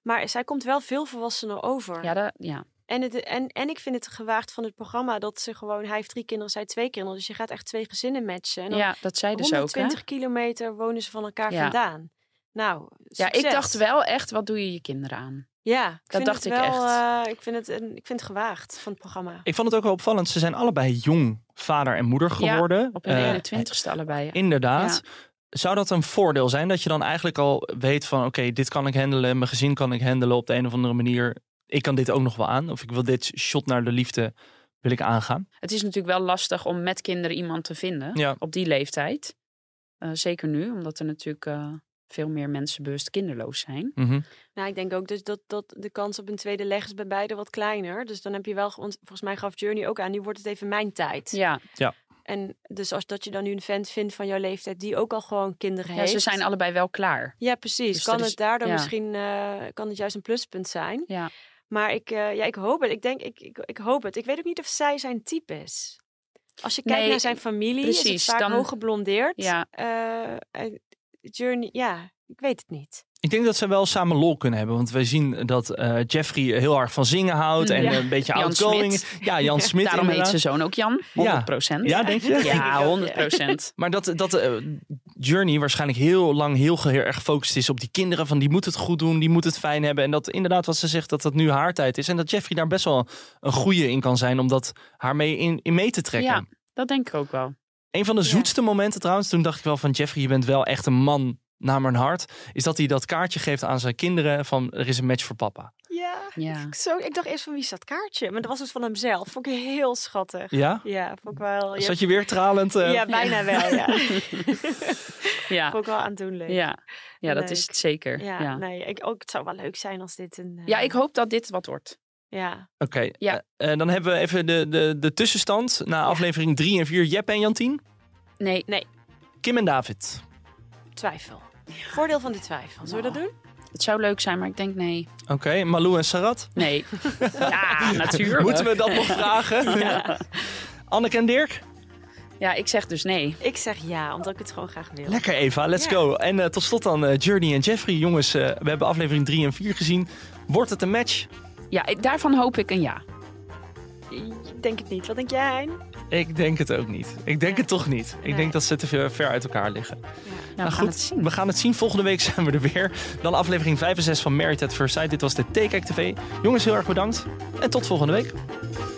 [SPEAKER 5] Maar zij komt wel veel volwassener over.
[SPEAKER 4] Ja, dat, ja.
[SPEAKER 5] En, het, en, en ik vind het gewaagd van het programma dat ze gewoon... Hij heeft drie kinderen, zij twee kinderen. Dus je gaat echt twee gezinnen matchen. En dan
[SPEAKER 4] ja, dat zei dus ook. hè?
[SPEAKER 5] 120 kilometer wonen ze van elkaar
[SPEAKER 4] Ja.
[SPEAKER 5] vandaan. Nou,
[SPEAKER 4] Ja, ik
[SPEAKER 5] succes.
[SPEAKER 4] dacht wel echt, wat doe je je kinderen aan?
[SPEAKER 5] Ja, ik vind
[SPEAKER 4] dacht
[SPEAKER 5] het
[SPEAKER 4] ik
[SPEAKER 5] wel,
[SPEAKER 4] echt.
[SPEAKER 5] eh, ik, vind het, een- ik vind het gewaagd van het programma.
[SPEAKER 3] Ik vond het ook wel opvallend. Ze zijn allebei jong vader en moeder
[SPEAKER 4] Ja,
[SPEAKER 3] geworden.
[SPEAKER 4] Op hun
[SPEAKER 3] Eh,
[SPEAKER 4] 21ste allebei. ja.
[SPEAKER 3] Inderdaad. Zou dat een voordeel zijn dat je dan eigenlijk al weet van oké, dit kan ik handelen, mijn gezin kan ik handelen op de een of andere manier. Ik kan dit ook nog wel aan. Of ik wil dit shot naar de liefde wil ik aangaan.
[SPEAKER 4] Het is natuurlijk wel lastig om met kinderen iemand te vinden
[SPEAKER 3] Ja.
[SPEAKER 4] op die leeftijd. Eh, zeker nu, omdat er natuurlijk eh, veel meer mensen bewust kinderloos zijn.
[SPEAKER 3] Mhm.
[SPEAKER 5] Nou, ik denk ook dus dat, dat de kans op een tweede leg is bij beide wat kleiner. Dus dan heb je wel, ge- want volgens mij gaf Journey ook aan, nu wordt het even mijn tijd.
[SPEAKER 4] Ja,
[SPEAKER 5] En dus als dat je dan nu een vent vindt van jouw leeftijd die ook al gewoon kinderen
[SPEAKER 4] ja
[SPEAKER 5] heeft.
[SPEAKER 4] ze zijn allebei wel klaar.
[SPEAKER 5] Ja, precies.
[SPEAKER 4] Dus
[SPEAKER 5] kan
[SPEAKER 4] dat is-
[SPEAKER 5] het daardoor
[SPEAKER 4] ja.
[SPEAKER 5] misschien, eh, kan het juist een pluspunt zijn.
[SPEAKER 4] Ja.
[SPEAKER 5] Maar ik, eh, ja, ik hoop het. Ik denk, ik, ik, ik hoop het. Ik weet ook niet of zij zijn type is. Als je kijkt
[SPEAKER 4] Nee,
[SPEAKER 5] naar zijn familie, is het
[SPEAKER 4] precies,
[SPEAKER 5] vaak
[SPEAKER 4] dan-
[SPEAKER 5] hoog geblondeerd.
[SPEAKER 4] Ja.
[SPEAKER 5] Eh, eh, Journey, ja, ik weet het niet.
[SPEAKER 3] Ik denk dat ze wel samen lol kunnen hebben. Want wij zien dat eh, Jeffrey heel erg van zingen houdt. En
[SPEAKER 4] Mm, Ja.
[SPEAKER 3] een beetje
[SPEAKER 4] Jan
[SPEAKER 3] outgoing. Ja,
[SPEAKER 4] [laughs]
[SPEAKER 3] Jan Smit
[SPEAKER 4] Daarom heet
[SPEAKER 3] inderdaad.
[SPEAKER 4] zijn zoon ook Jan, 100%. Ja,
[SPEAKER 3] Ja, denk je?
[SPEAKER 5] denk ik ook,
[SPEAKER 4] [laughs] ja
[SPEAKER 5] ja.
[SPEAKER 4] 100 procent.
[SPEAKER 3] Maar dat, dat eh, Journey waarschijnlijk heel lang heel, ge- heel erg gefocust is op die kinderen. Van die moet het goed doen, die moet het fijn hebben. En dat inderdaad wat ze zegt, dat dat nu haar tijd is. En dat Jeffrey daar best wel een goede in kan zijn om dat haar mee in, in mee te trekken.
[SPEAKER 4] Ja, dat denk ik ook wel.
[SPEAKER 3] Een van de
[SPEAKER 5] Ja.
[SPEAKER 3] zoetste momenten trouwens, toen dacht ik wel van Jeffrey, je bent wel echt een man naar mijn hart. Is dat hij dat kaartje geeft aan zijn kinderen van er is een match voor papa.
[SPEAKER 5] Ja.
[SPEAKER 4] Ja.
[SPEAKER 5] Ik, zo, ik dacht eerst van wie is dat kaartje? Maar dat was dus van hemzelf. Vond ik heel schattig.
[SPEAKER 3] Ja?
[SPEAKER 5] Ja, vond ik wel. Ja,
[SPEAKER 3] Zat je weer tralend? eh?
[SPEAKER 5] ja, bijna wel.
[SPEAKER 4] [laughs]
[SPEAKER 5] Ja.
[SPEAKER 4] Ja,
[SPEAKER 5] vond ik wel aandoenlijk.
[SPEAKER 4] ja. ja dat is
[SPEAKER 5] Leuk.
[SPEAKER 4] het zeker.
[SPEAKER 5] Ja,
[SPEAKER 4] Ja, ja.
[SPEAKER 5] nee, ik, ook, het zou wel leuk zijn als dit een... eh,
[SPEAKER 4] ik hoop dat dit wat wordt.
[SPEAKER 5] Ja,
[SPEAKER 3] Oké,
[SPEAKER 4] Ja.
[SPEAKER 3] eh, eh, dan hebben we even de, de, de tussenstand na aflevering 3 en 4. Jep en Jantien,
[SPEAKER 4] Nee,
[SPEAKER 3] Kim en David.
[SPEAKER 5] twijfel. Voordeel van de twijfel. Zullen we dat doen?
[SPEAKER 4] het zou leuk zijn, maar ik denk nee.
[SPEAKER 3] Oké, Malou en Sarat.
[SPEAKER 5] [laughs]
[SPEAKER 4] Nee. Ja, natuurlijk.
[SPEAKER 3] Moeten we dat nog vragen? Anneke en Dirk.
[SPEAKER 4] Ja, ik zeg dus nee.
[SPEAKER 5] Ik zeg ja, omdat ik het gewoon graag wil.
[SPEAKER 3] Lekker Eva, let's
[SPEAKER 5] Ja.
[SPEAKER 3] go. En eh, tot slot dan eh, Journey en Jeffrey. Jongens, eh, we hebben aflevering 3 en 4 gezien. Wordt het een match?
[SPEAKER 4] Ja, ik- daarvan hoop ik een ja. Nou,
[SPEAKER 5] Ik denk het niet. Wat denk jij? Hein?
[SPEAKER 3] Ik denk het ook niet. Ik denk
[SPEAKER 5] Ja.
[SPEAKER 3] het toch niet. Ik
[SPEAKER 5] Nee.
[SPEAKER 3] denk dat ze te ver ver uit elkaar liggen.
[SPEAKER 4] Nou,
[SPEAKER 3] Nou,
[SPEAKER 4] we gaan
[SPEAKER 3] goed,
[SPEAKER 4] het zien.
[SPEAKER 3] we gaan het zien. Volgende week [laughs] zijn we er weer. Dan aflevering 5 en 6 van Married at First Sight. Dit was de Take TV. Jongens, heel erg bedankt. En tot volgende week.